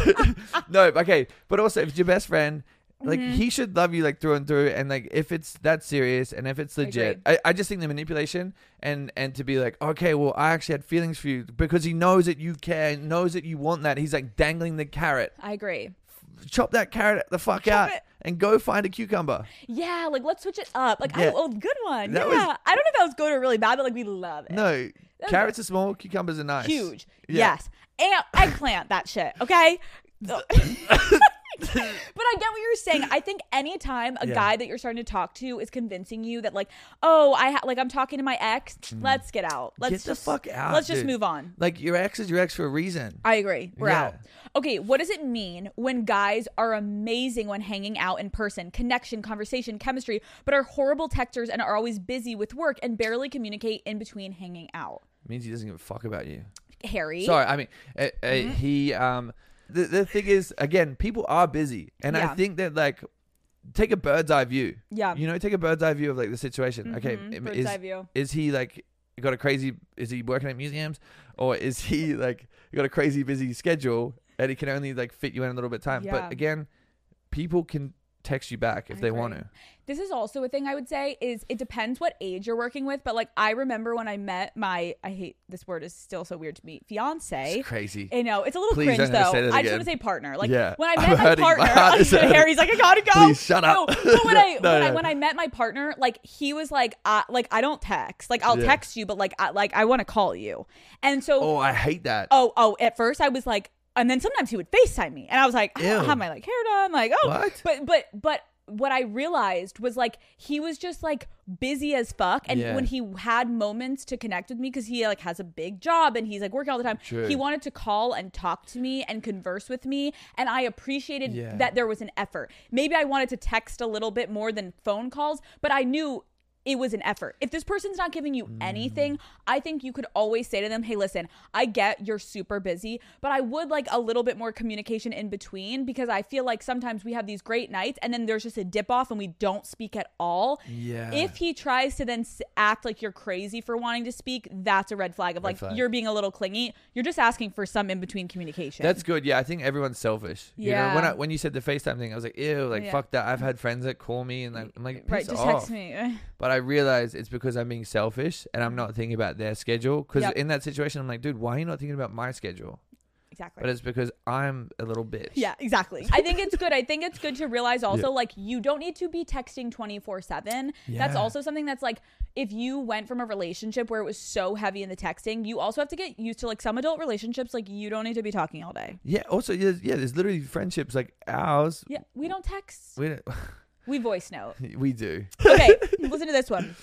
Speaker 3: no, okay. But also, if it's your best friend, like
Speaker 4: Mm-hmm.
Speaker 3: he should love you like through and through, and like if it's that serious and if it's legit, I, I, just think the manipulation and and to be like, okay, well, I actually had feelings for you because he knows that you care, and knows that you want that. He's like dangling the carrot,
Speaker 4: I agree.
Speaker 3: chop that carrot the fuck out,
Speaker 4: it.
Speaker 3: and go find a cucumber.
Speaker 4: Yeah, like let's switch it up. Like,
Speaker 3: Yeah.
Speaker 4: oh, oh, good one.
Speaker 3: That
Speaker 4: yeah.
Speaker 3: was-
Speaker 4: I don't know if that was good or really bad, but like we love it.
Speaker 3: No, carrots are small, cucumbers are nice.
Speaker 4: Huge.
Speaker 3: Yeah.
Speaker 4: Yes. And eggplant, that shit. Okay. but I get what you're saying. I think anytime a
Speaker 3: Yeah.
Speaker 4: guy that you're starting to talk to is convincing you that like, oh, I ha- like I'm talking to my ex, let's get out. Let's
Speaker 3: Mm. Get the
Speaker 4: just
Speaker 3: fuck out,
Speaker 4: Let's just
Speaker 3: dude.
Speaker 4: move on.
Speaker 3: Like your ex is your ex for a reason.
Speaker 4: I agree. We're
Speaker 3: Yeah.
Speaker 4: out. Okay, what does it mean when guys are amazing when hanging out in person, connection, conversation, chemistry, but are horrible texters and are always busy with work and barely communicate in between hanging out?
Speaker 3: It means he doesn't give a fuck about you.
Speaker 4: Harry.
Speaker 3: Sorry, I mean, uh, uh,
Speaker 4: Mm-hmm.
Speaker 3: he. Um, the the thing is, again, people are busy, and
Speaker 4: Yeah.
Speaker 3: I think that like, take a bird's eye view.
Speaker 4: Yeah.
Speaker 3: you know, take a bird's eye view of like the situation. Okay,
Speaker 4: Mhm,
Speaker 3: um,
Speaker 4: bird's
Speaker 3: is
Speaker 4: eye view.
Speaker 3: is he like got a crazy? Is he working at museums, or is he like got a crazy busy schedule and he can only like fit you in a little bit of time?
Speaker 4: Yeah.
Speaker 3: But again, people can text you back if they want to.
Speaker 4: This is also a thing I would say is it depends what age you're working with, but like I remember when I met my I hate this word is still so weird to me, fiance.
Speaker 3: It's crazy.
Speaker 4: I know it's a little
Speaker 3: Please don't
Speaker 4: cringe though.
Speaker 3: ever say that
Speaker 4: I just want
Speaker 3: again.
Speaker 4: to say partner. Like
Speaker 3: Yeah.
Speaker 4: when I
Speaker 3: I'm
Speaker 4: met my
Speaker 3: hurting. My
Speaker 4: partner,
Speaker 3: heart is hurting.
Speaker 4: Harry's like, I gotta go.
Speaker 3: Please shut up.
Speaker 4: No, but when I
Speaker 3: No,
Speaker 4: when I
Speaker 3: no.
Speaker 4: when I met my partner, like he was like, uh, like I don't text. Like I'll
Speaker 3: Yeah.
Speaker 4: text you, but like I, like I want to call you. And so
Speaker 3: Oh, I hate that.
Speaker 4: oh oh at first i was like and then sometimes he would facetime me and i was like i don't
Speaker 3: Ew.
Speaker 4: have my like hair done like oh
Speaker 3: What?
Speaker 4: but but but what i realized was like he was just like busy as fuck and
Speaker 3: Yeah.
Speaker 4: when he had moments to connect with me because he like has a big job and he's like working all the time
Speaker 3: True.
Speaker 4: he wanted to call and talk to me and converse with me and i appreciated
Speaker 3: Yeah.
Speaker 4: that there was an effort maybe i wanted to text a little bit more than phone calls but i knew it was an effort. If this person's not giving you anything, I think you could always say to them, "Hey, listen, I get you're super busy, but I would like a little bit more communication in between because I feel like sometimes we have these great nights and then there's just a dip off and we don't speak at all."
Speaker 3: Yeah.
Speaker 4: If he tries to then s- act like you're crazy for wanting to speak, that's a red flag of like
Speaker 3: flag.
Speaker 4: you're being a little clingy. You're just asking for some in between communication.
Speaker 3: That's good. Yeah, I think everyone's selfish. You
Speaker 4: Yeah.
Speaker 3: know, when I, when you said the FaceTime thing, I was like, ew, like
Speaker 4: Yeah.
Speaker 3: fuck that. I've had friends that call me and like I'm like,
Speaker 4: right.
Speaker 3: piss
Speaker 4: Just
Speaker 3: off.
Speaker 4: text me. Mm-hmm.
Speaker 3: But I realize it's because I'm being selfish and I'm not thinking about their schedule. Because
Speaker 4: Yep.
Speaker 3: in that situation, I'm like, dude, why are you not thinking about my schedule?
Speaker 4: Exactly.
Speaker 3: But it's because I'm a little bitch.
Speaker 4: Yeah, exactly. I think it's good. I think it's good to realize also like you don't need to be texting 24/7. That's
Speaker 3: Yeah.
Speaker 4: also something that's like if you went from a relationship where it was so heavy in the texting, you also have to get used to like some adult relationships like you don't need to be talking all day.
Speaker 3: Yeah. Also, yeah, yeah there's literally friendships like ours.
Speaker 4: Yeah, we don't text.
Speaker 3: We don't-
Speaker 4: We voice note.
Speaker 3: we do.
Speaker 4: Okay, listen to this one.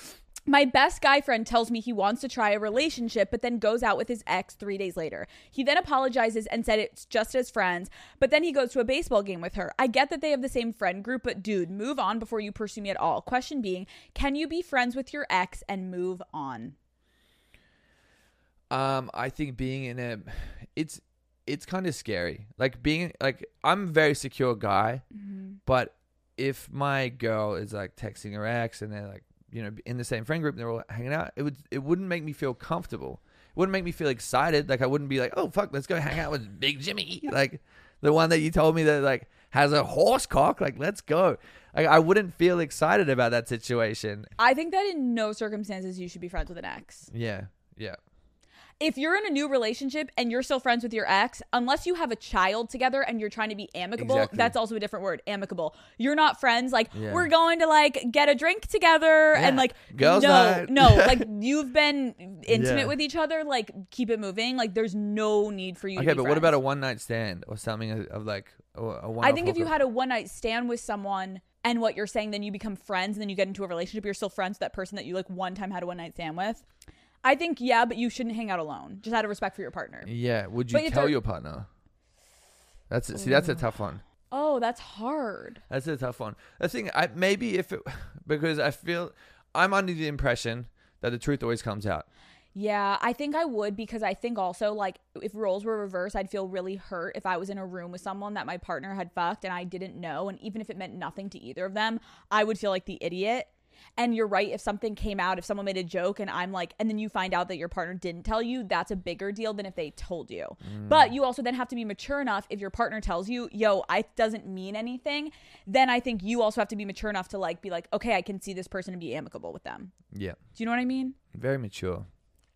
Speaker 4: My best guy friend tells me he wants to try a relationship, but then goes out with his ex three days later. He then apologizes and said it's just as friends, but then he goes to a baseball game with her. I get that they have the same friend group, but dude, move on before you pursue me at all. Question being, can you be friends with your ex and move on?
Speaker 3: Um, I think being in a, it's it's kind of scary. Like being like I'm a very secure guy, but if my girl is like texting her ex and they're like you know in the same friend group and they're all hanging out, it would it wouldn't make me feel comfortable. It wouldn't make me feel excited. Like I wouldn't be like, oh fuck, let's go hang out with Big Jimmy, like the one that you told me that like has a horse cock. Like let's go. Like I wouldn't feel excited about that situation.
Speaker 4: I think that in no circumstances you should be friends with an ex.
Speaker 3: Yeah, yeah.
Speaker 4: if you're in a new relationship and you're still friends with your ex, unless you have a child together and you're trying to be amicable,
Speaker 3: Exactly.
Speaker 4: that's also a different word, amicable. You're not friends. Like
Speaker 3: Yeah.
Speaker 4: we're going to like get a drink together and
Speaker 3: Yeah.
Speaker 4: like
Speaker 3: Girls
Speaker 4: no,
Speaker 3: night.
Speaker 4: no, like you've been intimate
Speaker 3: Yeah.
Speaker 4: with each other. Like keep it moving. Like there's no need for you.
Speaker 3: Okay,
Speaker 4: to
Speaker 3: but what
Speaker 4: be friends.
Speaker 3: about a one night stand or something of, of like a, a one?
Speaker 4: I think if you had a one night stand with someone and what you're saying, then you become friends and then you get into a relationship, you're still friends with that person that you like one time had a one night stand with. I think, yeah, but you shouldn't hang out alone. Just out of respect for your partner.
Speaker 3: yeah, would
Speaker 4: But
Speaker 3: you
Speaker 4: you
Speaker 3: tell
Speaker 4: don't-
Speaker 3: your partner? That's it. see, that's a tough one.
Speaker 4: Oh, that's hard.
Speaker 3: That's a tough one. I think I maybe if it because I feel I'm under the impression that the truth always comes out.
Speaker 4: Yeah, I think I would because I think also, like, if roles were reversed, I'd feel really hurt if I was in a room with someone that my partner had fucked and I didn't know. And even if it meant nothing to either of them, I would feel like the idiot. And you're right, if something came out, if someone made a joke and I'm like, and then you find out that your partner didn't tell you, that's a bigger deal than if they told you. But you also then have to be mature enough if your partner tells you, yo, I doesn't mean anything. Then I think you also have to be mature enough to like be like, okay, I can see this person and be amicable with them.
Speaker 3: Yeah,
Speaker 4: Do you know what I mean?
Speaker 3: very mature.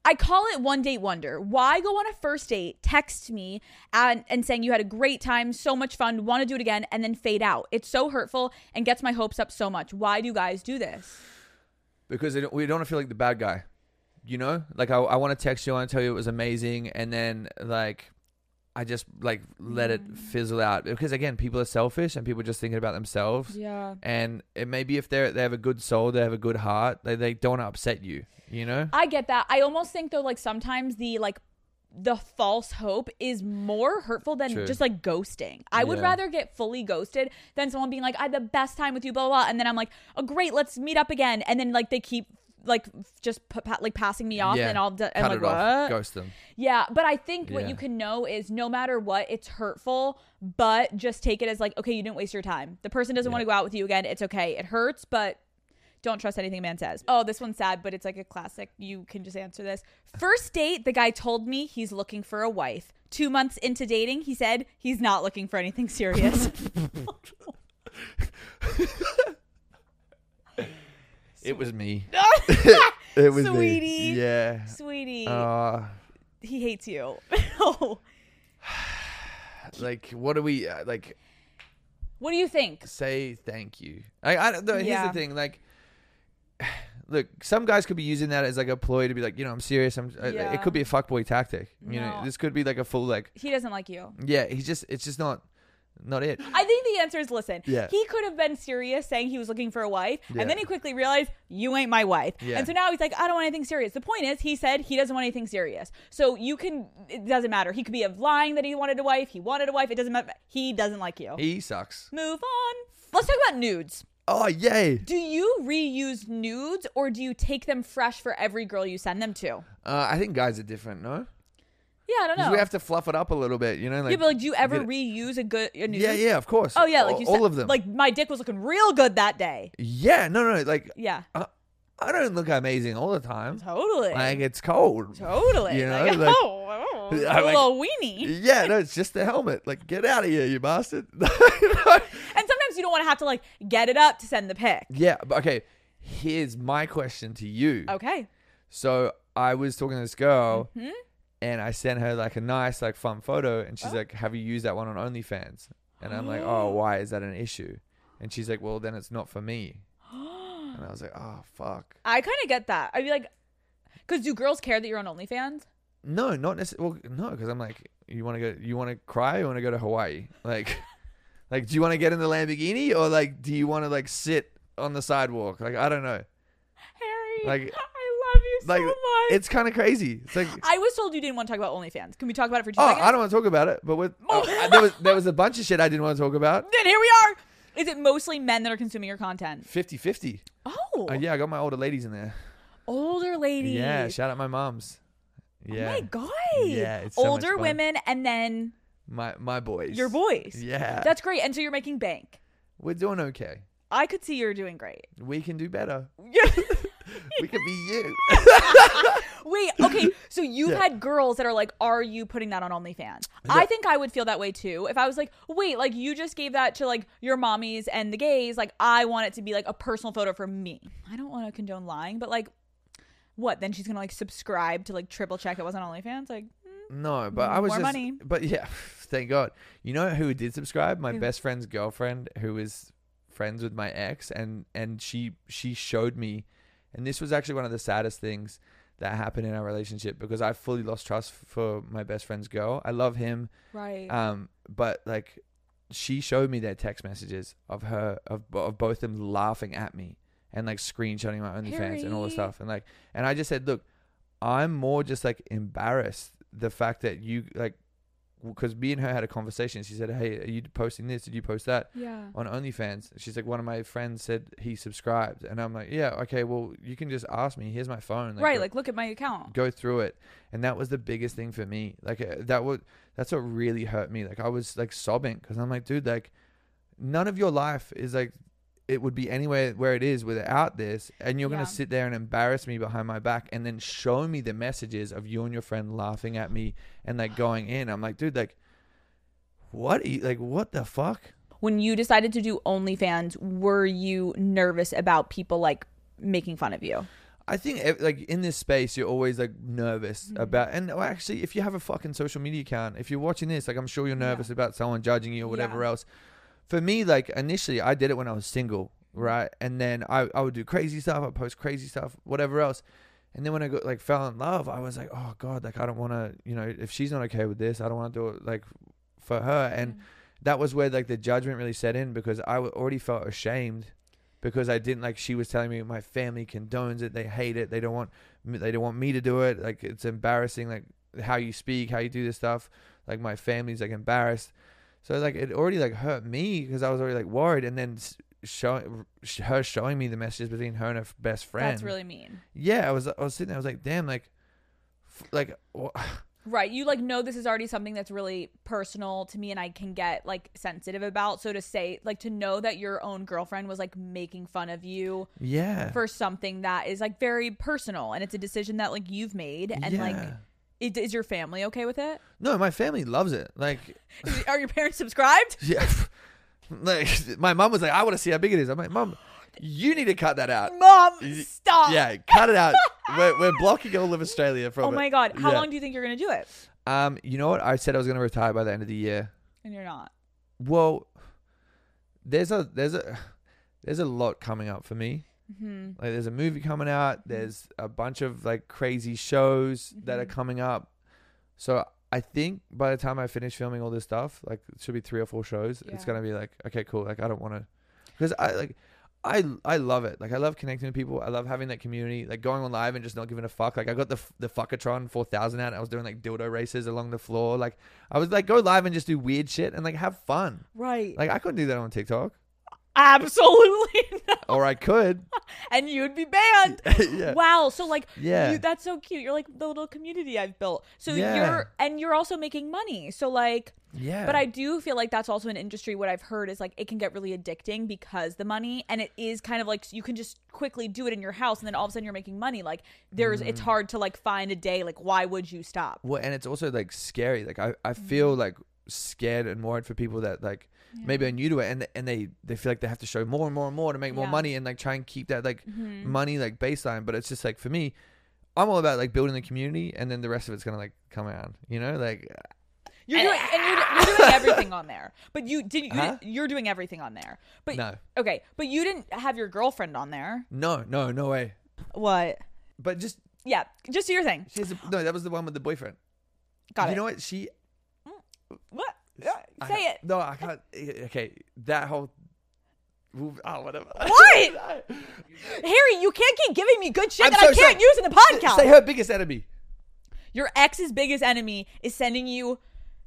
Speaker 4: I call it one date wonder. Why go on a first date, text me, and, and saying you had a great time, so much fun, want to do it again, and then fade out? It's so hurtful and gets my hopes up so much. Why do guys do this?
Speaker 3: because I don't, we don't want to feel like the bad guy. You know, like I, I want to text you, I want to tell you it was amazing, and then like I just like let it
Speaker 4: Mm.
Speaker 3: fizzle out because again, people are selfish and people are just thinking about themselves.
Speaker 4: Yeah.
Speaker 3: And it maybe if they they have a good soul, they have a good heart, they they don't want to upset you. You know,
Speaker 4: I get that. I almost think though, like sometimes the like the false hope is more hurtful than
Speaker 3: True.
Speaker 4: just like ghosting. I would
Speaker 3: Yeah.
Speaker 4: rather get fully ghosted than someone being like, "I had the best time with you," blah blah, blah and then I'm like, "Oh great, let's meet up again," and then like they keep like just p- pa- like passing me off,
Speaker 3: Yeah.
Speaker 4: and all the and
Speaker 3: cut
Speaker 4: like
Speaker 3: it
Speaker 4: what?
Speaker 3: off, ghost them.
Speaker 4: Yeah, but I think what
Speaker 3: Yeah.
Speaker 4: you can know is no matter what, it's hurtful, but just take it as like, okay, you didn't waste your time. The person doesn't want to go out with you again. It's okay. It hurts, but don't trust anything a man says. Oh, this one's sad, but it's like a classic. You can just answer this. First date, the guy told me he's looking for a wife. Two months into dating, he said he's not looking for anything serious.
Speaker 3: It was me. it was me.
Speaker 4: Sweetie.
Speaker 3: Yeah.
Speaker 4: Sweetie,
Speaker 3: Uh,
Speaker 4: he hates you. no.
Speaker 3: like what do we uh, like?
Speaker 4: What do you think?
Speaker 3: say thank you. Like I don't know. Here's
Speaker 4: Yeah.
Speaker 3: the thing. Like, look, some guys could be using that as like a ploy to be like, you know, I'm serious. I'm. I-
Speaker 4: Yeah.
Speaker 3: It could be a fuckboy tactic. You know,
Speaker 4: No.
Speaker 3: this could be like a full like.
Speaker 4: He doesn't like you.
Speaker 3: Yeah, he's just. It's just not. Not it.
Speaker 4: I think the answer is listen.
Speaker 3: Yeah.
Speaker 4: He could have been serious saying he was looking for a wife,
Speaker 3: Yeah.
Speaker 4: and then he quickly realized, you ain't my wife.
Speaker 3: Yeah.
Speaker 4: And so now he's like, I don't want anything serious. The point is, he said he doesn't want anything serious. So you can, it doesn't matter. He could be of lying that he wanted a wife, he wanted a wife, it doesn't matter. He doesn't like you.
Speaker 3: He sucks.
Speaker 4: Move on. Let's talk about nudes.
Speaker 3: Oh yay!
Speaker 4: Do you reuse nudes or do you take them fresh for every girl you send them to?
Speaker 3: Uh, I think guys are different, no?
Speaker 4: Yeah, I don't
Speaker 3: 'Cause
Speaker 4: know.
Speaker 3: we have to fluff it up a little bit, you know? Like,
Speaker 4: yeah, but like, do you ever
Speaker 3: get-
Speaker 4: reuse a good a nude?
Speaker 3: yeah, yeah, of course.
Speaker 4: Oh yeah,
Speaker 3: all,
Speaker 4: like you
Speaker 3: all
Speaker 4: said,
Speaker 3: of them.
Speaker 4: Like my dick was looking real good that day.
Speaker 3: yeah, no, no, like
Speaker 4: Yeah,
Speaker 3: I, I don't look amazing all the time.
Speaker 4: totally.
Speaker 3: Like it's cold.
Speaker 4: Totally.
Speaker 3: You know,
Speaker 4: Like,
Speaker 3: like-
Speaker 4: oh, oh,
Speaker 3: I
Speaker 4: a
Speaker 3: like-
Speaker 4: little weenie.
Speaker 3: Yeah, no, it's just the helmet. Like, get out of here, you bastard.
Speaker 4: And sometimes you don't want to have to like get it up to send the pic.
Speaker 3: yeah, but okay. Here's my question to you.
Speaker 4: Okay. Mm-hmm.
Speaker 3: So I was talking to this girl, and I sent her like a nice, like, fun photo, and
Speaker 4: Oh.
Speaker 3: she's like, "Have you used that one on OnlyFans?" And I'm like, "Oh, why is that an issue?" And she's like, "Well, then it's not for me." and I was like, "Oh, fuck."
Speaker 4: Hmm? I kind of get that. I'd be like, because do girls care that you're on OnlyFans?
Speaker 3: No, not necessarily. Well, no, because I'm like, you want to go? You want to cry? Or you want to go to Hawaii? Like, like, do you want to get in the Lamborghini or like, do you want to like sit on the sidewalk? Like, I don't know.
Speaker 4: Harry,
Speaker 3: Like-
Speaker 4: I love you
Speaker 3: Like,
Speaker 4: so much.
Speaker 3: it's kind of crazy. It's like,
Speaker 4: I was told you didn't want to talk about OnlyFans. Can we talk about it for two
Speaker 3: oh,
Speaker 4: seconds?
Speaker 3: I don't want to talk about it. But with oh, I- there was there was a bunch of shit I didn't want to talk about.
Speaker 4: Then here we are. Is it mostly men that are consuming your content?
Speaker 3: 50-50.
Speaker 4: Oh,
Speaker 3: Uh, yeah, I got my older ladies in there.
Speaker 4: older ladies.
Speaker 3: Yeah, shout out my moms. Yeah,
Speaker 4: Oh My God.
Speaker 3: Yeah, it's so much
Speaker 4: older
Speaker 3: fun.
Speaker 4: women and then
Speaker 3: my my boys.
Speaker 4: your boys.
Speaker 3: Yeah,
Speaker 4: That's great. And so you're making bank.
Speaker 3: we're doing okay.
Speaker 4: I could see you're doing great.
Speaker 3: We can do better. We could be you.
Speaker 4: Wait, okay. So you've
Speaker 3: Yeah.
Speaker 4: had girls that are like, "Are you putting that on OnlyFans?" I think I would feel that way too if I was like, "Wait, like you just gave that to like your mommies and the gays. Like I want it to be like a personal photo for me. I don't want to condone lying, but like, what? Then she's gonna like subscribe to like triple check it wasn't OnlyFans. Like, mm,
Speaker 3: No, but I was
Speaker 4: More
Speaker 3: just,
Speaker 4: money.
Speaker 3: But yeah, thank God. You know who did subscribe? My best friend's girlfriend, who is friends with my ex, and and she she showed me, and this was actually one of the saddest things that happened in our relationship because I fully lost trust for my best friend's girl. I love him,
Speaker 4: right?
Speaker 3: um, but like she showed me their text messages of her of, bo- of both them laughing at me and like screenshotting my OnlyFans and all
Speaker 4: Harry.
Speaker 3: this stuff and like and I just said, look, I'm more just like embarrassed the fact that you like because me and her had a conversation. She said, hey, are you posting this? Did you post that?
Speaker 4: yeah.
Speaker 3: on OnlyFans. She's like, one of my friends said he subscribed, and I'm like, yeah, okay, well, you can just ask me. Here's my phone.
Speaker 4: right.
Speaker 3: go-
Speaker 4: Like, look at my account.
Speaker 3: go through it, and that was the biggest thing for me. Like uh, that was that's what really hurt me. Like I was like sobbing because I'm like, dude, like none of your life is like it would be anywhere where it is without this, and you're
Speaker 4: Yeah.
Speaker 3: gonna sit there and embarrass me behind my back, and then show me the messages of you and your friend laughing at me and like going in. I'm like, dude, like. What are you- like what the fuck?
Speaker 4: When you decided to do OnlyFans, were you nervous about people like making fun of you?
Speaker 3: I think ev- like in this space, you're always like nervous about. And well, actually, if you have a fucking social media account, if you're watching this, like I'm sure you're nervous about someone judging you or whatever
Speaker 4: Yeah.
Speaker 3: else. For me, like initially, I did it when I was single, right? And then I I would do crazy stuff, I would post crazy stuff, whatever else. And then when I got like fell in love, I was like, oh god, like I don't want to, you know, if she's not okay with this, I don't want to do it like for her. And that was where like the judgment really set in because I wa- already felt ashamed because I didn't like she was telling me my family condones it, they hate it, they don't want me- they don't want me to do it. Like it's embarrassing, like how you speak, how you do this stuff. Like my family's like embarrassed, so like it already like hurt me because I was already like worried, and then s- showing sh- her showing me the messages between her and her f- best friend.
Speaker 4: That's really mean.
Speaker 3: yeah. I was I was sitting there, I was like, damn, like f- like wha-
Speaker 4: Right. You like know this is already something that's really personal to me and I can get like sensitive about. So to say, like to know that your own girlfriend was like making fun of you
Speaker 3: yeah.
Speaker 4: for something that is like very personal and it's a decision that like you've made and like
Speaker 3: Yeah.
Speaker 4: it, is your family okay with it?
Speaker 3: no, my family loves it. Like
Speaker 4: Is- Are your parents subscribed?
Speaker 3: Yeah. Like my mom was like, I want to see how big it is. I'm like, Mom, you need to cut that out.
Speaker 4: Mom,
Speaker 3: Y-
Speaker 4: stop.
Speaker 3: Yeah, cut it out. we're, we're blocking all of Australia from
Speaker 4: Oh
Speaker 3: it.
Speaker 4: my god, how
Speaker 3: Yeah.
Speaker 4: long do you think you're going to do it?
Speaker 3: Um, you know what? I said I was gonna retire by the end of the year.
Speaker 4: And you're not.
Speaker 3: Well, there's a there's a there's a lot coming up for me.
Speaker 4: Mhm.
Speaker 3: Like there's a movie coming
Speaker 4: Mm-hmm.
Speaker 3: out. There's a bunch of like crazy shows that are coming up. So I think by the time I finish filming all this stuff, like it should be three or four shows. It's
Speaker 4: Yeah.
Speaker 3: gonna be like okay, cool. Like I don't want to, because I like. I, I love it. Like I love connecting with people. I love having that community. Like going on live and just not giving a fuck. Like I got the f- the fuckatron four thousand out. I was doing like dildo races along the floor. Like I was like go live and just do weird shit and like have fun.
Speaker 4: Right.
Speaker 3: Like I couldn't do that on TikTok,
Speaker 4: Absolutely not.
Speaker 3: or I could.
Speaker 4: And you'd be banned.
Speaker 3: yeah.
Speaker 4: Wow. So like
Speaker 3: Yeah.
Speaker 4: you, that's so cute. You're like the little community I've built. So
Speaker 3: Yeah.
Speaker 4: you're and you're also making money. So like
Speaker 3: yeah.
Speaker 4: but I do feel like that's also an industry what I've heard is like it can get really addicting because the money and it is kind of like you can just quickly do it in your house and then all of a sudden you're making money. Like there's it's
Speaker 3: Mm.
Speaker 4: hard to like find a day like why would you stop?
Speaker 3: Well, and it's also like scary. Like I, I feel
Speaker 4: Mm-hmm.
Speaker 3: like scared and worried for people that like maybe are new to it and and they they feel like they have to show more and more and more to make more
Speaker 4: Yeah. Mm-hmm.
Speaker 3: money and like try and keep that like money like baseline. But it's just like for me, I'm all about like building the community and then the rest of it's gonna like come out. You know, like
Speaker 4: You're doing and you're, you're doing everything on there. But you did you
Speaker 3: Eh, ah. Huh?
Speaker 4: didn't- you're doing everything on there. But
Speaker 3: No.
Speaker 4: okay, but you didn't have your girlfriend on there.
Speaker 3: no, no, no way.
Speaker 4: What?
Speaker 3: But just
Speaker 4: Yeah, just your thing.
Speaker 3: she has a, no. That was the one with the boyfriend.
Speaker 4: Got
Speaker 3: you
Speaker 4: it.
Speaker 3: know what she
Speaker 4: what? Uh,
Speaker 3: I
Speaker 4: Say
Speaker 3: can't-
Speaker 4: it.
Speaker 3: No, I can't. eh, Okay, that whole. Oh, whatever.
Speaker 4: What? Harry, you can't keep giving me good shit
Speaker 3: I'm
Speaker 4: that I
Speaker 3: so
Speaker 4: can't
Speaker 3: sorry.
Speaker 4: use in the podcast.
Speaker 3: Say her biggest enemy.
Speaker 4: Your ex's biggest enemy is sending you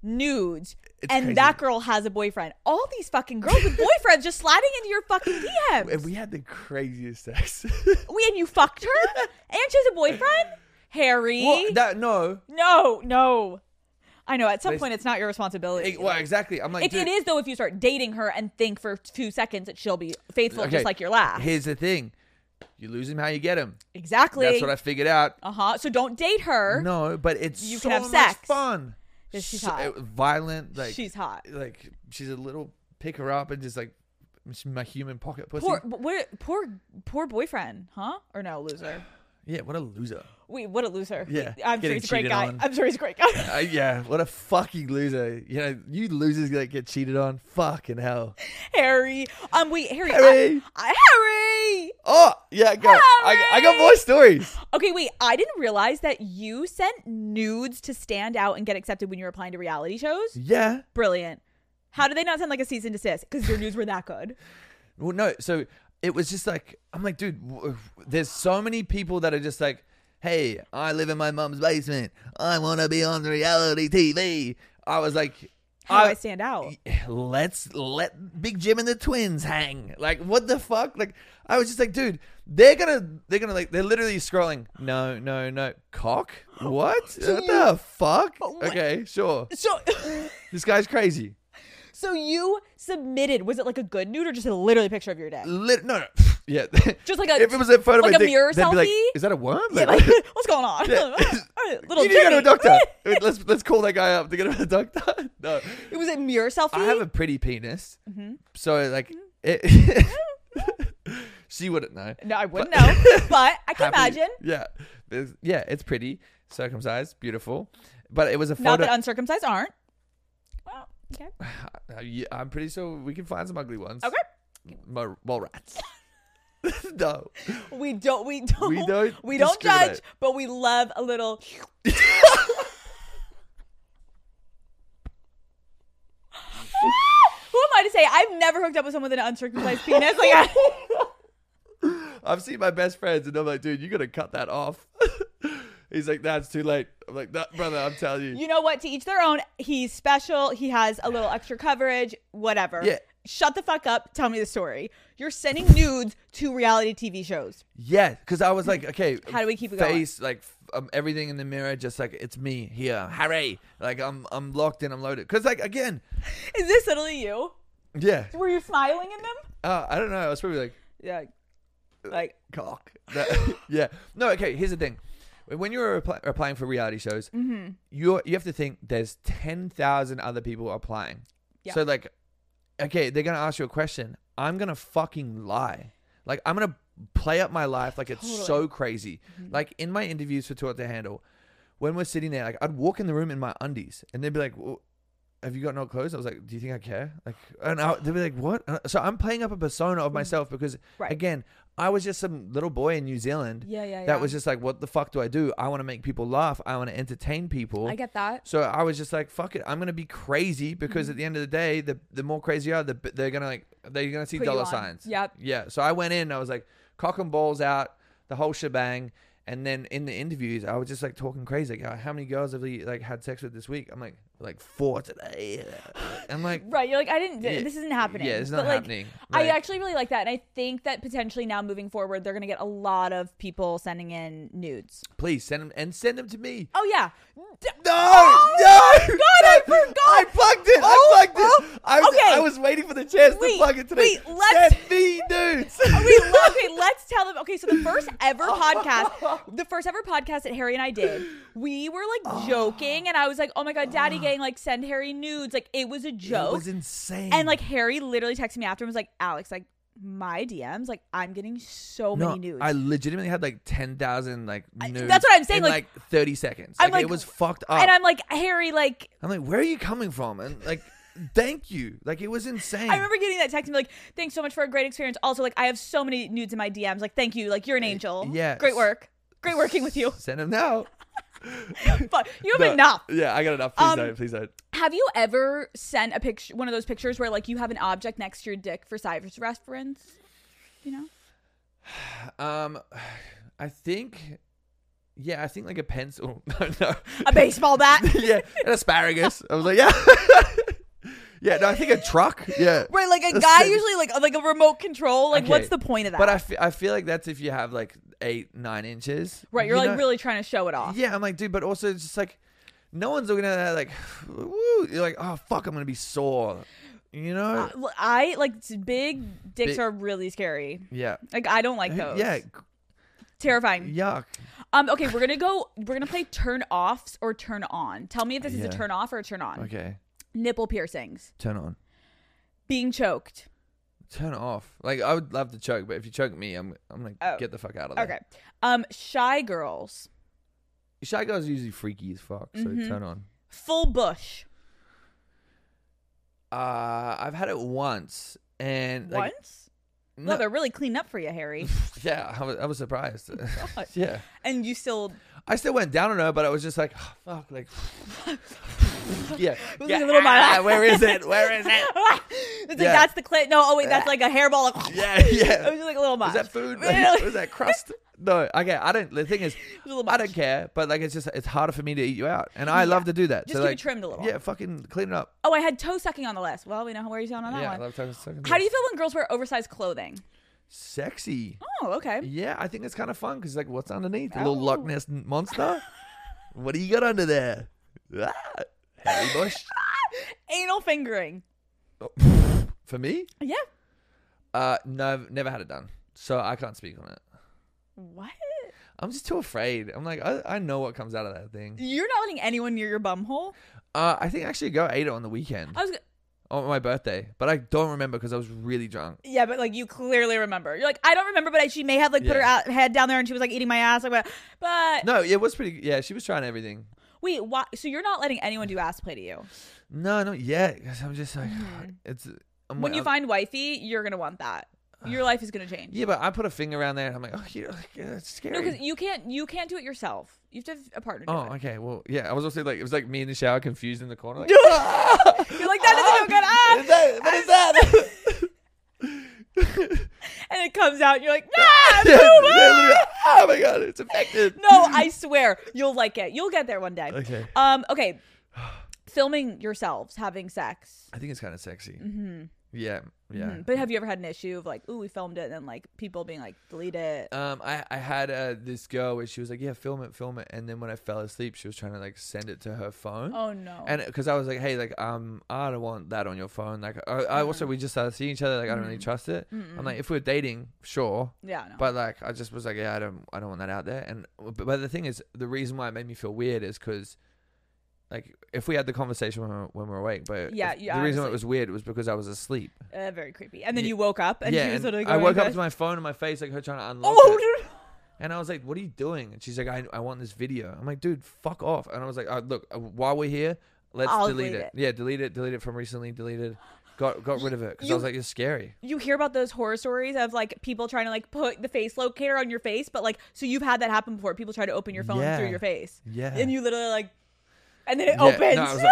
Speaker 4: nudes.
Speaker 3: It's
Speaker 4: and
Speaker 3: crazy.
Speaker 4: that girl has a boyfriend. All these fucking girls with boyfriends just sliding into your fucking DMs.
Speaker 3: And we had the craziest sex.
Speaker 4: We- and you fucked her? and she has a boyfriend? Harry.
Speaker 3: well, that no.
Speaker 4: no, no. I know. At some
Speaker 3: They-
Speaker 4: point, it's not your responsibility.
Speaker 3: It- well, exactly. I'm like,
Speaker 4: It,
Speaker 3: dude,
Speaker 4: it is, though, if you start dating her and think for two seconds that she'll be faithful
Speaker 3: okay,
Speaker 4: just like your last.
Speaker 3: Here's the thing: you lose him how you get him.
Speaker 4: exactly.
Speaker 3: That's what I figured out.
Speaker 4: Uh huh. So don't date her.
Speaker 3: No, but it's
Speaker 4: You
Speaker 3: so
Speaker 4: can have
Speaker 3: much
Speaker 4: sex.
Speaker 3: fun.
Speaker 4: Yeah, she's
Speaker 3: So-
Speaker 4: hot.
Speaker 3: violent. Like
Speaker 4: she's hot.
Speaker 3: Like she's a little pick her up and just like she's my human pocket pussy.
Speaker 4: Poor, but what, poor, poor boyfriend, huh? Or no, loser.
Speaker 3: Yeah, what a loser.
Speaker 4: We what a loser.
Speaker 3: Yeah,
Speaker 4: We- I'm sure
Speaker 3: getting
Speaker 4: he's a great
Speaker 3: cheated
Speaker 4: guy.
Speaker 3: on.
Speaker 4: I'm sure he's a great guy.
Speaker 3: Uh, yeah, what a fucking loser. You know, you losers that get cheated on. Fucking hell.
Speaker 4: Harry. Um wait, Harry. I-
Speaker 3: Harry.
Speaker 4: I, Harry.
Speaker 3: Oh, yeah, go. I, I got more stories.
Speaker 4: Okay, wait. I didn't realize that you sent nudes to stand out and get accepted when you were applying to reality shows.
Speaker 3: Yeah.
Speaker 4: Brilliant. How did they not send like a cease and desist? Because your nudes were that good.
Speaker 3: Well, no. So it was just like I'm like, dude. w- There's so many people that are just like, hey, I live in my mom's basement. I want to be on reality TV. I was like,
Speaker 4: How do I
Speaker 3: I-
Speaker 4: stand out?
Speaker 3: let's let Big Jim and the twins hang. Like, what the fuck? Like, I was just like, dude, they're gonna, they're gonna like, they're literally scrolling. No, no, no, cock. What? what the fuck?
Speaker 4: Oh
Speaker 3: Okay, sure.
Speaker 4: So,
Speaker 3: This guy's crazy.
Speaker 4: so you submitted. Was it like a good nude or just a literally picture of your dick?
Speaker 3: Lit- no, no. Yeah.
Speaker 4: Just like a-
Speaker 3: if it was a photo
Speaker 4: like
Speaker 3: of my
Speaker 4: a
Speaker 3: dick,
Speaker 4: mirror
Speaker 3: they'd be like,
Speaker 4: selfie?
Speaker 3: is that a worm?
Speaker 4: Yeah, like, what's going on?
Speaker 3: Yeah.
Speaker 4: All right, little
Speaker 3: you need to go to a
Speaker 4: Jimmy.
Speaker 3: doctor. let's let's call that guy up to get him a doctor. No,
Speaker 4: It was a mirror selfie.
Speaker 3: I have a pretty penis,
Speaker 4: Mm-hmm.
Speaker 3: so like it. she wouldn't know.
Speaker 4: no, I wouldn't
Speaker 3: but-
Speaker 4: know, but I can
Speaker 3: Happy-
Speaker 4: imagine.
Speaker 3: Yeah, There's- yeah, it's pretty, circumcised, beautiful, but it was a
Speaker 4: Not
Speaker 3: photo.
Speaker 4: that uncircumcised aren't. Well, okay.
Speaker 3: Uh, yeah, I'm pretty sure we can find some ugly ones.
Speaker 4: Okay.
Speaker 3: Mo- mole rats. no,
Speaker 4: We don't. We don't.
Speaker 3: We don't
Speaker 4: We don't judge,
Speaker 3: discriminate.
Speaker 4: but we love a little. Who am I to say? I've never hooked up with someone with an uncircumcised penis. Like, I,
Speaker 3: I've seen my best friends, and I'm like, dude, you gotta cut that off. He's like, that's too late. I'm like, that brother, I'm telling you.
Speaker 4: you know what? To each their own. He's special. He has a little extra coverage. Whatever.
Speaker 3: Yeah.
Speaker 4: Shut the fuck up. Tell me the story. You're sending nudes to reality TV shows.
Speaker 3: Yeah, because I was like, okay,
Speaker 4: How do we keep it going?
Speaker 3: face, like f- um, everything in the mirror, just like it's me here, hooray! Like I'm, I'm locked in, I'm loaded. Because like again,
Speaker 4: Is this literally you?
Speaker 3: yeah,
Speaker 4: Were you smiling in them?
Speaker 3: uh, I don't know. I was probably like
Speaker 4: Yeah. Like,
Speaker 3: cock. That- yeah, no. Okay, here's the thing: when you're appli- applying for reality shows,
Speaker 4: mm-hmm.
Speaker 3: you you have to think there's ten thousand other people applying.
Speaker 4: Yeah.
Speaker 3: So like, okay, they're gonna ask you a question. I'm gonna fucking lie. Like I'm gonna play up my life like it's so crazy.
Speaker 4: Mm-hmm.
Speaker 3: Like in my interviews for Taught to Handle, when we're sitting there, like I'd walk in the room in my undies, and they'd be like, well, "Have you got no clothes?" I was like, "Do you think I care?" Like, and I, they'd be like, "What?" And I- So I'm playing up a persona of myself because,
Speaker 4: Mm-hmm. Right.
Speaker 3: again, I was just some little boy in New Zealand.
Speaker 4: Yeah, yeah,
Speaker 3: That
Speaker 4: yeah.
Speaker 3: was just like, "What the fuck do I do? I want to make people laugh. I want to entertain people."
Speaker 4: I get that.
Speaker 3: So I was just like, "Fuck it, I'm gonna be crazy." Because
Speaker 4: Mm-hmm.
Speaker 3: at the end of the day, the the more crazy you are, the b- they're gonna like they're gonna see
Speaker 4: Put you
Speaker 3: dollar
Speaker 4: on.
Speaker 3: signs.
Speaker 4: Yep.
Speaker 3: Yeah. So I went in. I was like, cock and balls out, the whole shebang. And then in the interviews, I was just like talking crazy. Like, "Oh, how many girls have you like had sex with this week? I'm like, like four today. I'm like,
Speaker 4: Right, you're like I didn't.
Speaker 3: Yeah.
Speaker 4: This isn't happening.
Speaker 3: Yeah, it's
Speaker 4: But,
Speaker 3: not
Speaker 4: like,
Speaker 3: happening.
Speaker 4: I
Speaker 3: Right.
Speaker 4: actually really like that, and I think that potentially now moving forward, they're gonna get a lot of people sending in nudes.
Speaker 3: please send them and send them to me.
Speaker 4: Oh yeah, D-
Speaker 3: No,
Speaker 4: Oh
Speaker 3: no,
Speaker 4: my God,
Speaker 3: no.
Speaker 4: I forgot.
Speaker 3: I plugged it.
Speaker 4: Oh,
Speaker 3: I plugged
Speaker 4: oh,
Speaker 3: it. I was,
Speaker 4: okay.
Speaker 3: I was waiting for the chance
Speaker 4: Wait,
Speaker 3: to plug it today.
Speaker 4: wait, let's-
Speaker 3: Send me dudes.
Speaker 4: we love okay let's tell them okay so the first ever podcast the first ever podcast that harry and i did we were like joking and i was like oh my god daddy gang like send harry nudes like it was a joke
Speaker 3: It was insane.
Speaker 4: and like harry literally texted me after and was like alex like my dms like i'm getting so
Speaker 3: no,
Speaker 4: many nudes
Speaker 3: I legitimately had like ten thousand like nudes.
Speaker 4: that's what I'm saying,
Speaker 3: in,
Speaker 4: like-
Speaker 3: like, thirty seconds.
Speaker 4: I'm
Speaker 3: Like,
Speaker 4: like-
Speaker 3: it was fucked up.
Speaker 4: and i'm like harry like
Speaker 3: I'm like, where are you coming from? And like, thank you. Like it was insane.
Speaker 4: I remember getting that text and be like, thanks so much for a great experience. Also, like, I have so many nudes in my DMs. Like, thank you. Like,
Speaker 3: Uh,
Speaker 4: you're an angel.
Speaker 3: yeah.
Speaker 4: Great work. Great working with you.
Speaker 3: Send them now.
Speaker 4: Fuck. You have
Speaker 3: No,
Speaker 4: enough.
Speaker 3: Yeah, I got enough. Please
Speaker 4: Um,
Speaker 3: don't. Please don't.
Speaker 4: Have you ever sent a picture, one of those pictures where, like, you have an object next to your dick for Cyrus reference? You know?
Speaker 3: Um, I think, yeah, I think like a pencil. No, no.
Speaker 4: A baseball bat.
Speaker 3: yeah, an asparagus. I was like, yeah, yeah. No, I think a truck. Yeah,
Speaker 4: Right, like a guy usually like like a remote control. Like,
Speaker 3: Okay.
Speaker 4: what's the point of that?
Speaker 3: But I fe- I feel like that's if you have like eight, nine inches.
Speaker 4: right, you're
Speaker 3: You
Speaker 4: like
Speaker 3: know-
Speaker 4: really trying to show it off.
Speaker 3: Yeah, I'm like, dude, but also it's just like, no one's looking at that like, woo. You're like, oh fuck, I'm gonna be sore. You know?
Speaker 4: I, Uh, I like s- big dicks
Speaker 3: Big-
Speaker 4: are really scary.
Speaker 3: yeah.
Speaker 4: Like I don't like those.
Speaker 3: Yeah.
Speaker 4: terrifying.
Speaker 3: Yuck.
Speaker 4: Um, okay, we're gonna go. We're gonna play turn offs or turn on. Tell me if this
Speaker 3: Yeah.
Speaker 4: is a turn off or a turn on.
Speaker 3: Okay.
Speaker 4: Nipple piercings,
Speaker 3: Turn on.
Speaker 4: being choked,
Speaker 3: turn it off. Like I would love to choke, but if you choke me, I'm I'm like
Speaker 4: Oh.
Speaker 3: get the fuck out of there.
Speaker 4: Okay. Um, shy girls,
Speaker 3: Shy guys are usually freaky as fuck, so
Speaker 4: Mhm.
Speaker 3: turn on.
Speaker 4: full bush.
Speaker 3: Uh, I've had it once, and like,
Speaker 4: Once, well, they're really cleaned up for you, Harry.
Speaker 3: yeah, I was, I was surprised.
Speaker 4: Oh, God.
Speaker 3: yeah,
Speaker 4: and you still
Speaker 3: I still went down on her, but I was just like, oh, fuck, like, yeah,
Speaker 4: it was
Speaker 3: yeah,
Speaker 4: like a little
Speaker 3: ah,
Speaker 4: mile.
Speaker 3: where is it? Where is it?
Speaker 4: it's like
Speaker 3: Yeah.
Speaker 4: that's the clit. No, oh wait, that's like a hairball. Like,
Speaker 3: Yeah, yeah.
Speaker 4: It was just like a little much.
Speaker 3: Was that food?
Speaker 4: Yeah, like-
Speaker 3: Like, was that crust? No, okay. I don't. The thing is,
Speaker 4: a little
Speaker 3: I
Speaker 4: much.
Speaker 3: don't care. But like, it's just it's harder for me to eat you out, and I love to do that.
Speaker 4: Just
Speaker 3: so,
Speaker 4: keep it
Speaker 3: like,
Speaker 4: trimmed a little.
Speaker 3: Yeah, fucking clean it up.
Speaker 4: Oh, I had toe sucking on the list. Well, we know where you sound on that
Speaker 3: yeah, I
Speaker 4: one.
Speaker 3: love talking. talking to
Speaker 4: How do you feel when girls wear oversized clothing?
Speaker 3: Sexy.
Speaker 4: Oh, okay.
Speaker 3: Yeah, I think it's kind of fun because like, what's underneath? A little
Speaker 4: Oh.
Speaker 3: Loch Ness n- monster. what do you got under there? Ah, hairy bush.
Speaker 4: Anal fingering.
Speaker 3: Oh, for me,
Speaker 4: Yeah.
Speaker 3: uh, no, I've never had it done, so I can't speak on it.
Speaker 4: What?
Speaker 3: I'm just too afraid. I'm like, I, I know what comes out of that thing.
Speaker 4: You're not letting anyone near your bum hole.
Speaker 3: Uh, I think actually a girl ate it on the weekend.
Speaker 4: I was. g-
Speaker 3: on my birthday, but I don't remember because I was really drunk.
Speaker 4: Yeah, but like you clearly remember. You're like, I don't remember, but I, she may have like put her
Speaker 3: Yeah.
Speaker 4: out, head down there and she was like eating my ass. Like, but- but
Speaker 3: No, it was pretty. Yeah, she was trying everything.
Speaker 4: wait, why? So you're not letting anyone do ass play to
Speaker 3: Oh
Speaker 4: you.
Speaker 3: No, not yet. Because I'm just like, it's. I'm,
Speaker 4: Mm. When you
Speaker 3: I'm-
Speaker 4: find wifey, you're gonna want that. Your life is gonna change.
Speaker 3: Yeah, but I put a finger around there and I'm like, oh, you're like, yeah, it's
Speaker 4: No,
Speaker 3: scary.
Speaker 4: because you can't. You can't do it yourself. You have to have a partner. Do
Speaker 3: oh,
Speaker 4: it.
Speaker 3: okay. Well, yeah, I was also like, it was like me in the shower, confused in the corner. Like,
Speaker 4: You're like that doesn't feel good. Ah!
Speaker 3: Is that- what is that?
Speaker 4: And it comes out. You're like, nah.
Speaker 3: Yeah, literally, oh my god, it's affected.
Speaker 4: No, I swear, you'll like it. You'll get there one day.
Speaker 3: Okay.
Speaker 4: Um. Okay. Filming yourselves having sex.
Speaker 3: I think it's kind of sexy. Mm-hmm. Yeah, yeah.
Speaker 4: Hmm, But have you ever had an issue of like, ooh, we filmed it, and then like people being like, delete it?
Speaker 3: um, I, I had uh, this girl where she was like, yeah, film it, film it. And then when I fell asleep, she was trying to like send it to her phone.
Speaker 4: Oh no.
Speaker 3: And because I was like, hey, like, um, I don't want that on your phone. Like, I, I also
Speaker 4: Mm.
Speaker 3: we just started seeing each other. Like, I don't really trust it. I'm like, if we're dating, sure,
Speaker 4: yeah. No.
Speaker 3: but like, I just was like, yeah, I don't, I don't want that out there. And but, but the thing is, the reason why it made me feel weird is because, like, if we had the conversation when we were, when we were awake, but
Speaker 4: Yeah,
Speaker 3: if-
Speaker 4: yeah,
Speaker 3: the reason why
Speaker 4: obviously.
Speaker 3: it was weird was because I was asleep.
Speaker 4: uh, very creepy. And then
Speaker 3: Yeah.
Speaker 4: you woke up, and she
Speaker 3: yeah,
Speaker 4: was sort of
Speaker 3: and
Speaker 4: like,
Speaker 3: I
Speaker 4: going
Speaker 3: woke
Speaker 4: like
Speaker 3: up
Speaker 4: this.
Speaker 3: to my phone in my face, like her trying to unlock it.
Speaker 4: Oh. no.
Speaker 3: And I was like, "What are you doing?" And she's like, "I, I want this video." I'm like, "Dude, fuck off!" And I was like, oh, "Look, uh, while we're here, let's
Speaker 4: I'll
Speaker 3: delete
Speaker 4: delete
Speaker 3: it. Yeah, delete it. Delete it from recently deleted. Got got rid of it because I
Speaker 4: You-
Speaker 3: was like, "It's scary."
Speaker 4: you hear about those horror stories of like people trying to like put the face locator on your face, but like so you've had that happen before. People try to open your phone
Speaker 3: Yeah.
Speaker 4: through your face,
Speaker 3: Yeah.
Speaker 4: and you literally like, and then it
Speaker 3: Yeah, no, I
Speaker 4: opens.
Speaker 3: was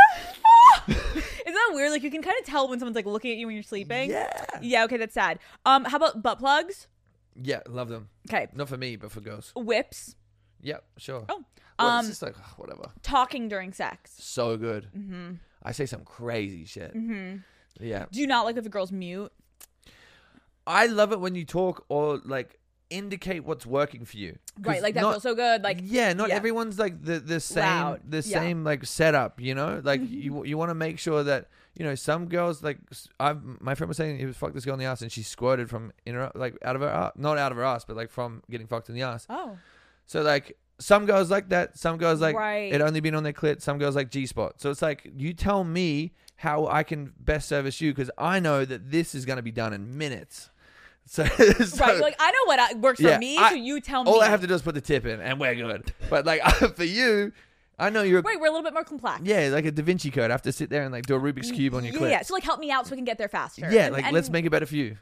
Speaker 4: Isn't that weird? Like you can kind of tell when someone's like looking at you when you're sleeping.
Speaker 3: Yeah.
Speaker 4: Yeah. Okay, that's sad. Um, how about butt plugs?
Speaker 3: Yeah, love them.
Speaker 4: Okay.
Speaker 3: Not for me, but for girls.
Speaker 4: Whips.
Speaker 3: Yep, sure.
Speaker 4: Oh.
Speaker 3: Well,
Speaker 4: Um. Mm.
Speaker 3: it's just like ugh, whatever.
Speaker 4: Talking during sex.
Speaker 3: So good. Mm-hmm. I say some crazy shit.
Speaker 4: Mm.
Speaker 3: Mm-hmm. Yeah,
Speaker 4: Do you not like if a girl's mute?
Speaker 3: I love it when you talk or like indicate what's working for you. 'Cause
Speaker 4: Right. Like that
Speaker 3: not-
Speaker 4: feels so good. Like
Speaker 3: yeah not
Speaker 4: yeah.
Speaker 3: everyone's like the the same
Speaker 4: Loud,
Speaker 3: the
Speaker 4: yeah. Mm-hmm.
Speaker 3: same like setup you know like you you want to make sure that you know some girls like s- i've my friend was saying he was fucked this girl in the ass and she squirted from in her like out of her ass not out of her ass but like from getting fucked in the ass
Speaker 4: Oh.
Speaker 3: so like some girls like that some girls like
Speaker 4: Right.
Speaker 3: it only been on their clit some girls like g-spot so it's like you tell me how i can best service you because i know that this is going to be done in minutes so, so
Speaker 4: Right. Like I know what I, works for
Speaker 3: Yeah,
Speaker 4: me,
Speaker 3: I-
Speaker 4: so you tell me.
Speaker 3: all I have to do is put the tip in, and we're good. But like for you, I know you're.
Speaker 4: Right. We're a little bit more complex.
Speaker 3: Yeah, like a Da Vinci Code. I have to sit there and like do a Rubik's cube on your
Speaker 4: yeah,
Speaker 3: clip.
Speaker 4: yeah. So like help me out so we can get there faster.
Speaker 3: Yeah,
Speaker 4: And-
Speaker 3: like
Speaker 4: and
Speaker 3: let's make it better for you.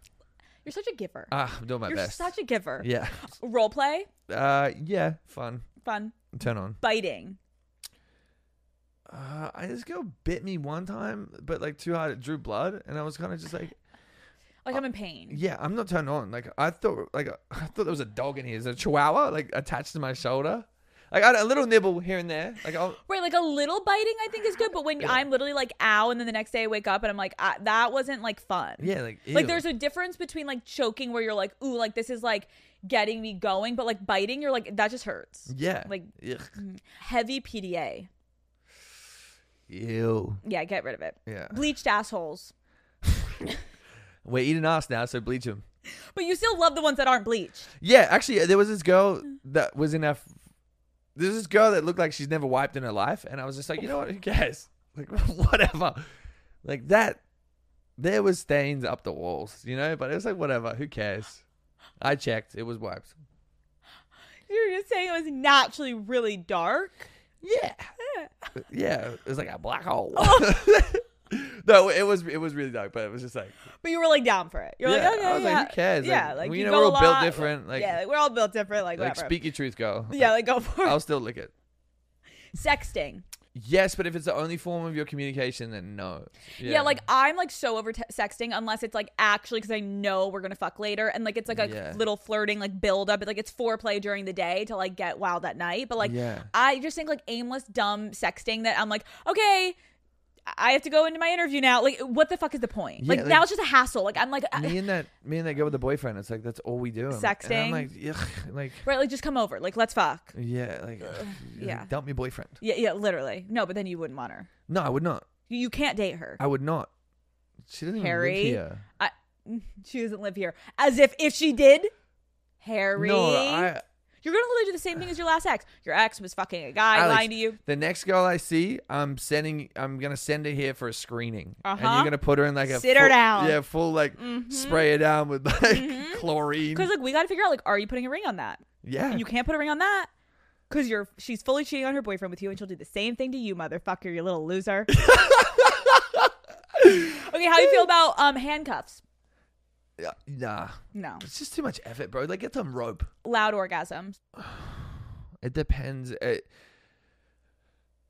Speaker 4: You're such a giver.
Speaker 3: Ah, I'm doing my
Speaker 4: You're
Speaker 3: best.
Speaker 4: such a giver.
Speaker 3: yeah,
Speaker 4: Role play,
Speaker 3: uh, yeah, fun.
Speaker 4: fun,
Speaker 3: Turn on.
Speaker 4: biting.
Speaker 3: Uh, I this girl bit me one time, but like too hard, it drew blood, and I was kind of just like,
Speaker 4: Like I'm in pain.
Speaker 3: yeah, I'm not turned on. Like I thought, like I thought there was a dog in here. Is it a Chihuahua like attached to my shoulder? Like I had a little nibble here and there. Like I'll,
Speaker 4: Right, like a little biting, I think is good, but when I'm literally like, ow, and then the next day I wake up and I'm like, ah, that wasn't like fun.
Speaker 3: yeah, like
Speaker 4: Like
Speaker 3: ew.
Speaker 4: there's a difference between like choking where you're like, ooh, like this is like getting me going, but like biting, you're like, that just hurts.
Speaker 3: yeah,
Speaker 4: like-
Speaker 3: Ugh.
Speaker 4: Heavy PDA.
Speaker 3: ew,
Speaker 4: Yeah, get rid of it.
Speaker 3: yeah.
Speaker 4: Bleached assholes.
Speaker 3: We're eating ass now, so bleach them.
Speaker 4: But you still love the ones that aren't bleached.
Speaker 3: Yeah, actually, uh, there was this girl that was in our. There's this girl that looked like she's never wiped in her life, and I was just like, you know what? Who cares? Like, whatever. Like that. there was stains up the walls, you know, but it was like whatever, who cares? I checked, it was wiped.
Speaker 4: You were just saying it was naturally really dark.
Speaker 3: Yeah. yeah, it was like a black hole.
Speaker 4: Oh.
Speaker 3: no, it was it was really dark, but it was just like
Speaker 4: But you were like down for it. You're
Speaker 3: Yeah,
Speaker 4: like, okay,
Speaker 3: I was like,
Speaker 4: yeah.
Speaker 3: who cares?
Speaker 4: Yeah,
Speaker 3: Like,
Speaker 4: like
Speaker 3: we
Speaker 4: you
Speaker 3: know
Speaker 4: go
Speaker 3: we're
Speaker 4: a
Speaker 3: all built
Speaker 4: lot,
Speaker 3: different, like-
Speaker 4: yeah, like we're all built different. Like,
Speaker 3: like
Speaker 4: whatever.
Speaker 3: speak your truth, girl.
Speaker 4: Yeah, like go for it.
Speaker 3: I'll still lick it.
Speaker 4: Sexting.
Speaker 3: Yes, but if it's the only form of your communication, then no.
Speaker 4: Yeah. like I'm like so over te- sexting unless it's like actually because I know we're gonna fuck later and like it's like a
Speaker 3: Yeah.
Speaker 4: little flirting like build up like it's foreplay during the day to like get wild at night. But like
Speaker 3: Yeah.
Speaker 4: I just think like aimless dumb sexting that I'm like okay. I have to go into my interview now. Like, what the fuck is the point?
Speaker 3: Yeah,
Speaker 4: like,
Speaker 3: like-
Speaker 4: now it's just a hassle. Like, I'm like, uh, I-
Speaker 3: me and that me and that girl with the boyfriend, it's like that's all we do. And
Speaker 4: Sexting.
Speaker 3: I'm like, ugh, like
Speaker 4: right? Like, just come over. Like, let's fuck.
Speaker 3: yeah, like ugh,
Speaker 4: yeah.
Speaker 3: dump me boyfriend.
Speaker 4: Yeah, yeah, literally. No, but then you wouldn't want her.
Speaker 3: No, I would not.
Speaker 4: You, you can't date her.
Speaker 3: I would not. She doesn't
Speaker 4: Harry.
Speaker 3: even live here.
Speaker 4: I, she doesn't live here. As if if she did, Harry,
Speaker 3: No, I,
Speaker 4: you're gonna literally do the same thing as your last ex. Your ex was fucking a guy
Speaker 3: Alex,
Speaker 4: lying to you.
Speaker 3: The next girl I see, I'm sending. I'm gonna send her here for a screening, and
Speaker 4: Uh-huh.
Speaker 3: you're gonna put her in like a
Speaker 4: Sit her
Speaker 3: full-
Speaker 4: down. Mm-hmm.
Speaker 3: Yeah, full like spray her down with like chlorine.
Speaker 4: Because Mm-hmm. like we gotta figure out like, are you putting a ring on that?
Speaker 3: yeah,
Speaker 4: And you can't put a ring on that because you're she's fully cheating on her boyfriend with you, and she'll do the same thing to you, motherfucker. You little loser. okay, how do you feel about um handcuffs?
Speaker 3: Yeah, nah,
Speaker 4: No,
Speaker 3: it's just too much effort, bro. Like get some rope.
Speaker 4: loud orgasms.
Speaker 3: It depends. It,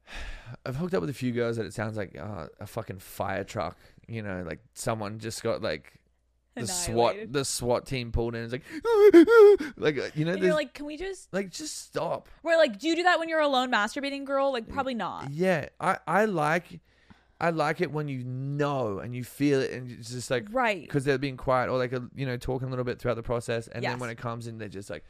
Speaker 3: I've hooked up with a few girls that it sounds like uh, a fucking fire truck. You know, like someone just got like the SWAT
Speaker 4: Annihilated.
Speaker 3: the SWAT team pulled in. It's like, like uh, you know,
Speaker 4: And you're
Speaker 3: there's,
Speaker 4: like, can we just?
Speaker 3: like just stop.
Speaker 4: We're like, do you do that when you're alone masturbating, girl? Like, probably not.
Speaker 3: Yeah, I I like I like it when you know and you feel it and it's just like
Speaker 4: Right.
Speaker 3: because they're being quiet or like a, you know talking a little bit throughout the process and
Speaker 4: Yes.
Speaker 3: then when it comes in they're just like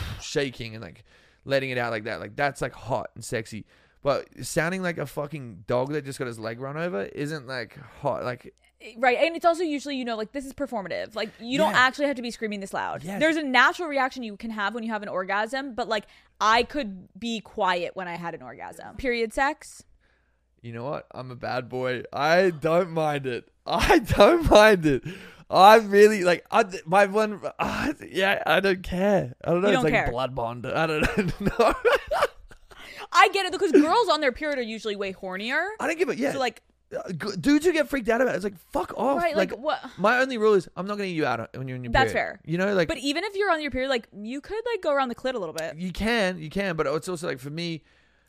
Speaker 3: shaking and like letting it out like that like that's like hot and sexy but sounding like a fucking dog that just got his leg run over isn't like hot like
Speaker 4: Eh, Right. And it's also usually, you know, like this is performative. Like you don't
Speaker 3: Yeah.
Speaker 4: actually have to be screaming this loud.
Speaker 3: Yes.
Speaker 4: There's a natural reaction you can have when you have an orgasm, but like I could be quiet when I had an orgasm. Period sex.
Speaker 3: you know what I'm a bad boy I don't mind it I don't mind it I'm really like I, my one ah, yeah I don't care I don't know
Speaker 4: You
Speaker 3: it's
Speaker 4: don't
Speaker 3: like
Speaker 4: care.
Speaker 3: blood bond I don't know
Speaker 4: I get it because girls on their period are usually way hornier.
Speaker 3: I don't give a yeah
Speaker 4: So like
Speaker 3: Uh, g- dudes who get freaked out about it, it's like fuck off.
Speaker 4: Right, like,
Speaker 3: Oh, like,
Speaker 4: what-
Speaker 3: My only rule is I'm not gonna eat you out when you're in your.
Speaker 4: That's
Speaker 3: period.
Speaker 4: fair.
Speaker 3: You know, like,
Speaker 4: but even if you're on your period, like you could like go around the clit a little bit.
Speaker 3: you can, you can, but it's also like for me,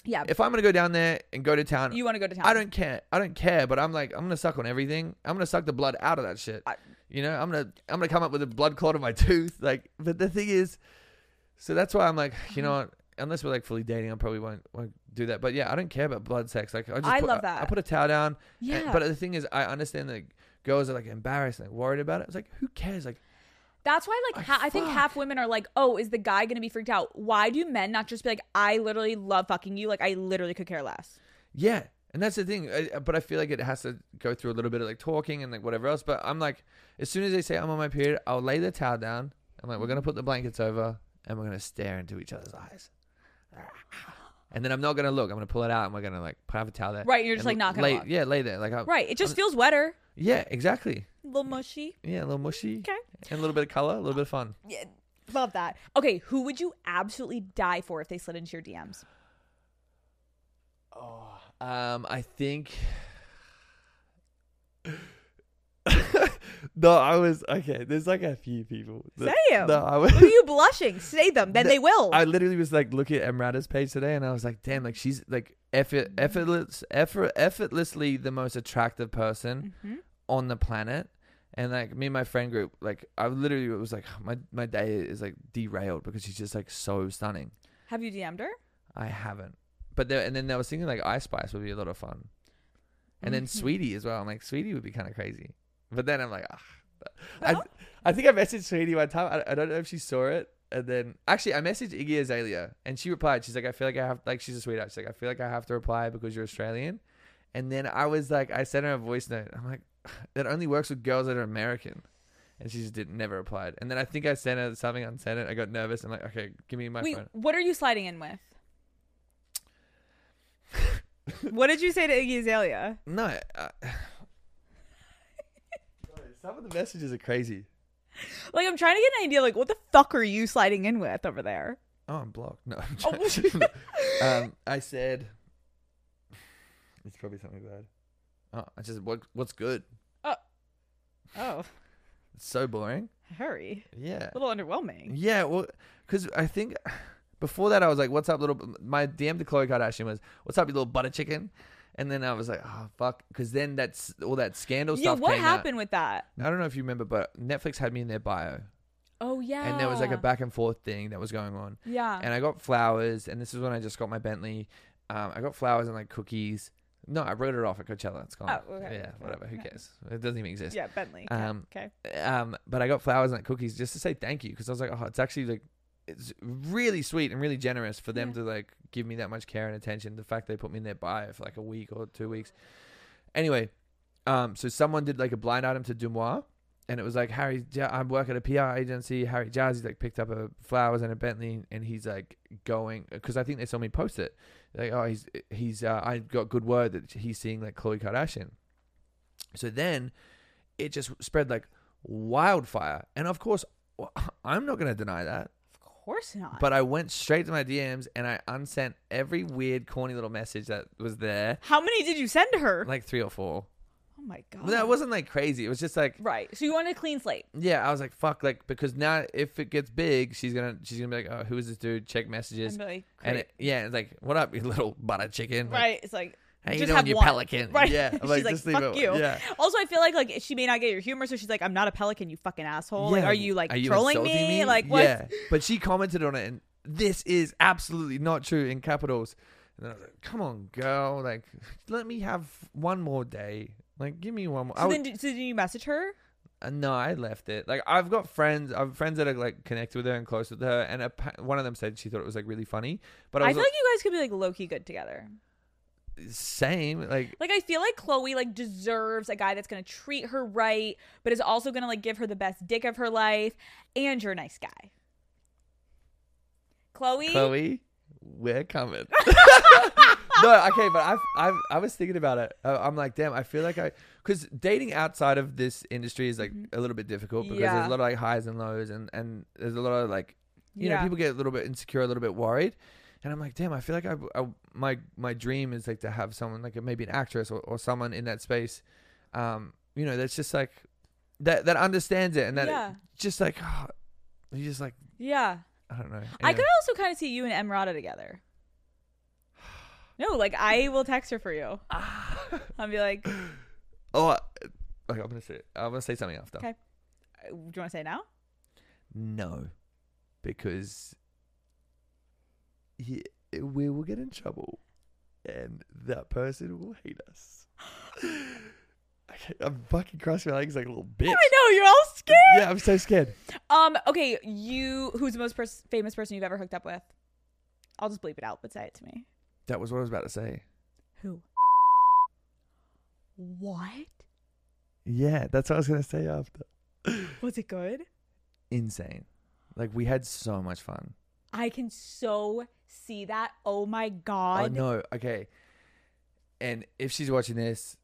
Speaker 4: Yeah.
Speaker 3: if I'm gonna go down there and go to town,
Speaker 4: you want to go to town.
Speaker 3: I don't care, I don't care, but I'm like, I'm gonna suck on everything. I'm gonna suck the blood out of that shit. you know, I'm gonna, I'm gonna come up with a blood clot in my tooth. Like, but the thing is, so that's why I'm like, you
Speaker 4: Mm-hmm.
Speaker 3: know what. Unless we're like fully dating, I probably won't, won't do that. But yeah, I don't care about blood sex. Like I just
Speaker 4: I
Speaker 3: put,
Speaker 4: love
Speaker 3: I- I
Speaker 4: that.
Speaker 3: put a towel down. and-
Speaker 4: Yeah.
Speaker 3: but the thing is, I understand that girls are like embarrassed and like, worried about it. It's like who cares? Like
Speaker 4: That's why, like, ha- I think
Speaker 3: fuck.
Speaker 4: half women are like, "Oh, is the guy gonna be freaked out?" Why do men not just be like, "I literally love fucking you. Like, I literally could care less."
Speaker 3: yeah, and that's the thing. I, but I feel like it has to go through a little bit of like talking and like whatever else. But I'm like, as soon as they say I'm on my period, I'll lay the towel down. I'm like, we're gonna put the blankets over and we're gonna stare into each other's eyes. And then I'm not gonna look. I'm gonna pull it out and we're gonna like have a towel there.
Speaker 4: Right, you're just,
Speaker 3: and
Speaker 4: like, not gonna
Speaker 3: lay,
Speaker 4: look.
Speaker 3: Yeah, lay there. Like I'm,
Speaker 4: Right. It just
Speaker 3: I'm-
Speaker 4: feels wetter.
Speaker 3: yeah, exactly.
Speaker 4: A little mushy.
Speaker 3: Yeah, a little mushy.
Speaker 4: Okay.
Speaker 3: And a little bit of color, a little bit of fun.
Speaker 4: Yeah, love that. Okay, who would you absolutely die for if they slid into your DMs?
Speaker 3: Um, I think. no, I was okay. There's like a few people. that-
Speaker 4: Say 'em.
Speaker 3: No, I was.
Speaker 4: Who are you blushing? Say them, then
Speaker 3: that-
Speaker 4: they will.
Speaker 3: I literally was like looking at Emrata's page today, and I was like, "Damn, like she's like effort, effortless, effort, effortlessly the most attractive person on the planet." And like me and my friend group, like I literally was like, my my day is like derailed because she's just like so stunning.
Speaker 4: Have you DM'd her?
Speaker 3: I haven't. But there, and then I was thinking like Ice Spice would be a lot of fun, and then Sweetie as well. I'm like Sweetie would be kind of crazy, but then I'm like, ah. I,
Speaker 4: Well-
Speaker 3: I think I messaged Sweetie one time. I, I don't know if she saw it, and then actually I messaged Iggy Azalea, and she replied. She's like, I feel like I have like she's a sweetheart. She's like, I feel like I have to reply because you're Australian, and then I was like, I sent her a voice note. I'm like, that only works with girls that are American. And she just didn't never replied. And then I think I sent her something on sent it. I got nervous. I'm like, okay, give me my
Speaker 4: Wait,
Speaker 3: phone.
Speaker 4: what are you sliding in with? what did you say to Iggy Azalea?
Speaker 3: No, uh, Some of the messages are crazy.
Speaker 4: Like I'm trying to get an idea. Like what the fuck are you sliding in with over there?
Speaker 3: Oh, I'm blocked. No, I'm
Speaker 4: Oh.
Speaker 3: joking. um, I said it's probably something bad. Oh, I just what what's good?
Speaker 4: Oh,
Speaker 3: It's so boring.
Speaker 4: hurry.
Speaker 3: Yeah.
Speaker 4: A little underwhelming.
Speaker 3: Yeah, well, because I think before that I was like, "What's up, little?" My DM to Khloe Kardashian was, "What's up, you little butter chicken?" And then I was like, "Oh fuck," because then that's all that scandal
Speaker 4: Yeah,
Speaker 3: stuff.
Speaker 4: what
Speaker 3: came out.
Speaker 4: happened with that?
Speaker 3: I don't know if you remember, but Netflix had me in their bio,
Speaker 4: Oh yeah.
Speaker 3: and there was like a back and forth thing that was going on.
Speaker 4: Yeah.
Speaker 3: And I got flowers, and this is when I just got my Bentley. Um, I got flowers and like cookies. No, I wrote it off at Coachella. It's gone.
Speaker 4: Oh, okay.
Speaker 3: Yeah, whatever. Who cares? It doesn't even exist.
Speaker 4: yeah, Bentley.
Speaker 3: Um,
Speaker 4: okay.
Speaker 3: um, but I got flowers and like cookies just to say thank you because I was like, oh, it's actually like it's really sweet and really generous for them
Speaker 4: Yeah.
Speaker 3: to like give me that much care and attention. The fact they put me in their bio for like a week or two weeks. Anyway, um, so someone did like a blind item to Dumois. And it was like Harry. Ja- I work at a PR agency. Harry Jazz. He's like picked up a flowers and a Bentley, and he's like going because I think they saw me post it. Like, oh, he's he's. Uh, I got good word that he's seeing like Khloe Kardashian. So then, it just spread like wildfire. And of course, I'm not going to deny that.
Speaker 4: Of course not.
Speaker 3: But I went straight to my DMs and I unsent every weird, corny little message that was there,
Speaker 4: How many did you send her?
Speaker 3: like three or four.
Speaker 4: oh my god.
Speaker 3: But that wasn't like crazy. It was just like,
Speaker 4: right. So you want a clean slate.
Speaker 3: yeah, I was like, fuck, like because now if it gets big, she's gonna she's gonna be like, oh, who is this dude? Check messages.
Speaker 4: And be like,
Speaker 3: And
Speaker 4: great.
Speaker 3: it, yeah, it's like, what up, you little butter chicken? Like,
Speaker 4: right. It's like
Speaker 3: How you
Speaker 4: just
Speaker 3: doing,
Speaker 4: have
Speaker 3: you
Speaker 4: one.
Speaker 3: pelican?
Speaker 4: Right.
Speaker 3: Yeah,
Speaker 4: she's
Speaker 3: like,
Speaker 4: like,
Speaker 3: just leave
Speaker 4: fuck
Speaker 3: it-
Speaker 4: you.
Speaker 3: yeah.
Speaker 4: Also, I feel like like she may not get your humor, so she's like, I'm not a pelican, you fucking asshole. Like,
Speaker 3: Yeah,
Speaker 4: are you like
Speaker 3: are
Speaker 4: trolling
Speaker 3: insulting
Speaker 4: me? Like, what?
Speaker 3: Yeah. But she commented on it, and this is absolutely not true in capitals. And I was like, "Come on, girl! Like, let me have one more day. Like, give me one more." I
Speaker 4: So
Speaker 3: would-
Speaker 4: then, did, so did you message her?
Speaker 3: uh, no, I left it. Like, I've got friends. I've friends that are like connected with her and close with her, and appa- one of them said she thought it was like really funny. But I
Speaker 4: I,
Speaker 3: was
Speaker 4: feel like you guys could be like low key good together.
Speaker 3: like, same. Like,
Speaker 4: Like I feel like Chloe like deserves a guy that's gonna treat her right, but is also gonna like give her the best dick of her life, and you're a nice guy. Chloe,
Speaker 3: Chloe, we're coming. no, okay, but I've, I've, I was thinking about it. I- I'm like, damn, I feel like I, because dating outside of this industry is like a little bit difficult because
Speaker 4: Mm-hmm. Yeah.
Speaker 3: there's a lot of like highs and lows, and and there's a lot of like, you know,
Speaker 4: Yeah.
Speaker 3: people get a little bit insecure, a little bit worried. And I'm like, damn, I feel like I, I my my dream is like to have someone like maybe an actress or, or someone in that space, um, you know, that's just like that that understands it and that
Speaker 4: Yeah.
Speaker 3: just like you just like
Speaker 4: yeah.
Speaker 3: I don't know.
Speaker 4: I
Speaker 3: Anyway.
Speaker 4: could also kind of see you and Emrata together. No, like I will text her for you.
Speaker 3: Ah.
Speaker 4: I'll be like, do
Speaker 3: Oh, I- okay. I'm gonna say. I'm gonna say something after.
Speaker 4: Okay. you want to say it now?
Speaker 3: No, because he, we will get in trouble, and that person will hate us. Okay, I'm fucking crossing my legs like a little bitch.
Speaker 4: I know you're all scared.
Speaker 3: Yeah, I'm so scared.
Speaker 4: Um. Okay. You. Who's the most pers- famous person you've ever hooked up with? I'll just bleep it out, but say it to me.
Speaker 3: That was what I was about to say.
Speaker 4: Who? What?
Speaker 3: Yeah, that's what I was gonna say after.
Speaker 4: Was it good?
Speaker 3: Insane. Like we had so much fun.
Speaker 4: I can so see that. Oh my
Speaker 3: I
Speaker 4: god.
Speaker 3: know. Okay. And if she's watching this,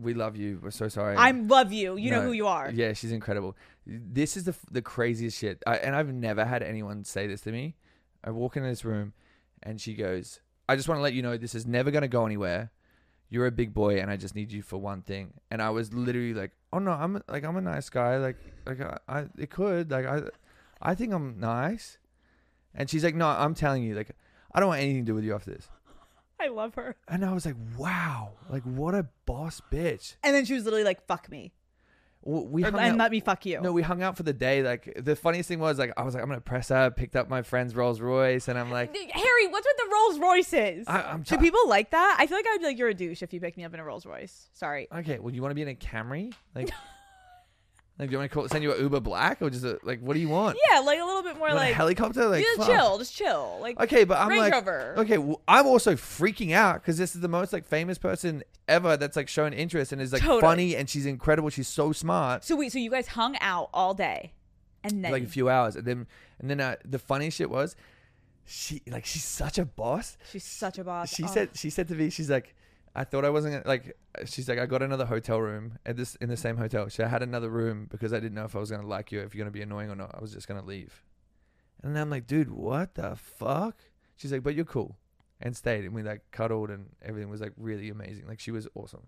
Speaker 3: we love you. We're so sorry.
Speaker 4: I'm love you. You know
Speaker 3: No.
Speaker 4: who you are.
Speaker 3: Yeah, she's incredible. This is the the craziest shit. I, and I've never had anyone say this to me. I walk into this room and she goes, "I just want to let you know this is never going to go anywhere. You're a big boy and I just need you for one thing." And I was literally like, "Oh no, I'm like I'm a nice guy. Like like I, I it could like I I think I'm nice." And she's like, "No, I'm telling you like I don't want anything to do with you after this."
Speaker 4: I love her.
Speaker 3: And I was like, "Wow. Like what a boss bitch."
Speaker 4: And then she was literally like, "Fuck me,"
Speaker 3: W- We
Speaker 4: or,
Speaker 3: hung
Speaker 4: and
Speaker 3: out-
Speaker 4: let me fuck you.
Speaker 3: no, we hung out for the day. Like the funniest thing was like I was like I'm gonna press her. Picked up my friend's Rolls Royce, and I'm like,
Speaker 4: Dude, Harry, what's with the Rolls Royces?
Speaker 3: I, I'm
Speaker 4: Do
Speaker 3: try-
Speaker 4: people like that? I feel like I'd be like, "You're a douche" if you picked me up in a Rolls Royce. Sorry.
Speaker 3: Okay, well, you want to be in a Camry? Like, like do you want me to call, send you an Uber Black or just a, like what do you want?
Speaker 4: Yeah, like a little bit more
Speaker 3: You want
Speaker 4: like,
Speaker 3: a helicopter? Like
Speaker 4: yeah,
Speaker 3: fuck.
Speaker 4: chill, just chill. Like
Speaker 3: Okay, but I'm
Speaker 4: Range
Speaker 3: like,
Speaker 4: Rover.
Speaker 3: okay, well, I'm also freaking out because this is the most like famous person ever that's like shown interest and is like
Speaker 4: Totally.
Speaker 3: funny and she's incredible. She's so smart.
Speaker 4: So wait, so you guys hung out all day, and then
Speaker 3: like a few hours, and then and then uh, the funniest shit was, she like she's such a boss.
Speaker 4: she's such a boss.
Speaker 3: she
Speaker 4: Oh.
Speaker 3: said she said to me she's like I thought I wasn't gonna, like. She's like, I got another hotel room at this in the same hotel. She had another room because I didn't know if I was gonna like you, if you're gonna be annoying or not. I was just gonna leave. And then I'm like, dude, what the fuck? She's like, but you're cool, and stayed, and we like cuddled, and everything was like really amazing. Like she was awesome.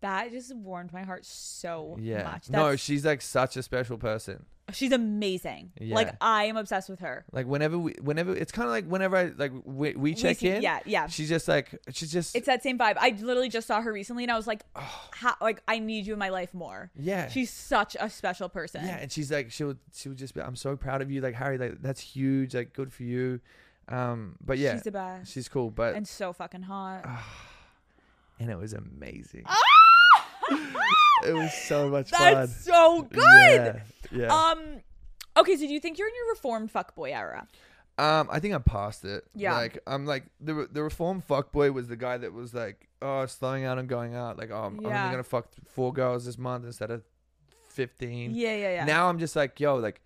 Speaker 4: That just warmed my heart so
Speaker 3: Yeah.
Speaker 4: much. That's,
Speaker 3: No, she's like such a special person.
Speaker 4: she's amazing.
Speaker 3: Yeah.
Speaker 4: Like I am obsessed with her.
Speaker 3: Like whenever we, whenever it's kind of like whenever I like we, we
Speaker 4: We
Speaker 3: check
Speaker 4: see-
Speaker 3: in.
Speaker 4: yeah, yeah.
Speaker 3: She's just like she's just
Speaker 4: It's that same vibe. I literally just saw her recently, and I was like, how, like I need you in my life more.
Speaker 3: yeah.
Speaker 4: She's such a special person.
Speaker 3: Yeah, and she's like, she'll she'll just be, I'm so proud of you, like Harry, like that's huge, like good for you. Um, but yeah,
Speaker 4: she's the best
Speaker 3: she's cool, but
Speaker 4: and so fucking hot.
Speaker 3: and it was amazing.
Speaker 4: Ah!
Speaker 3: it was so much fun.
Speaker 4: That's so good.
Speaker 3: Yeah, yeah.
Speaker 4: Um, okay, so do you think you're in your reformed fuckboy era?
Speaker 3: um, I think I passed it.
Speaker 4: Yeah.
Speaker 3: like I'm like the re- the reform fuckboy was the guy that was like, oh, slowing out and going out, like, oh, I'm, I'm
Speaker 4: Yeah.
Speaker 3: only gonna fuck four girls this month instead of fifteen.
Speaker 4: Yeah, yeah, yeah.
Speaker 3: Now I'm just like, yo, like,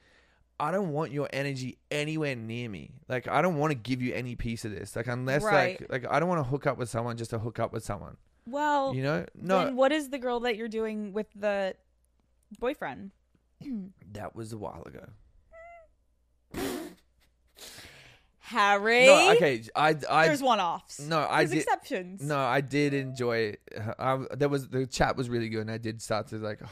Speaker 3: I don't want your energy anywhere near me. Like, I don't want to give you any piece of this. Like, unless
Speaker 4: Right.
Speaker 3: like, like I don't want to hook up with someone just to hook up with someone.
Speaker 4: well,
Speaker 3: You know? No,
Speaker 4: then what is the girl that you're doing with the boyfriend?
Speaker 3: that was a while ago.
Speaker 4: Harry.
Speaker 3: No, okay, I, I,
Speaker 4: There's one offs.
Speaker 3: no, I
Speaker 4: There's
Speaker 3: did.
Speaker 4: exceptions.
Speaker 3: No, I did enjoy it. I, there was the chat was really good, and I did start to like, oh,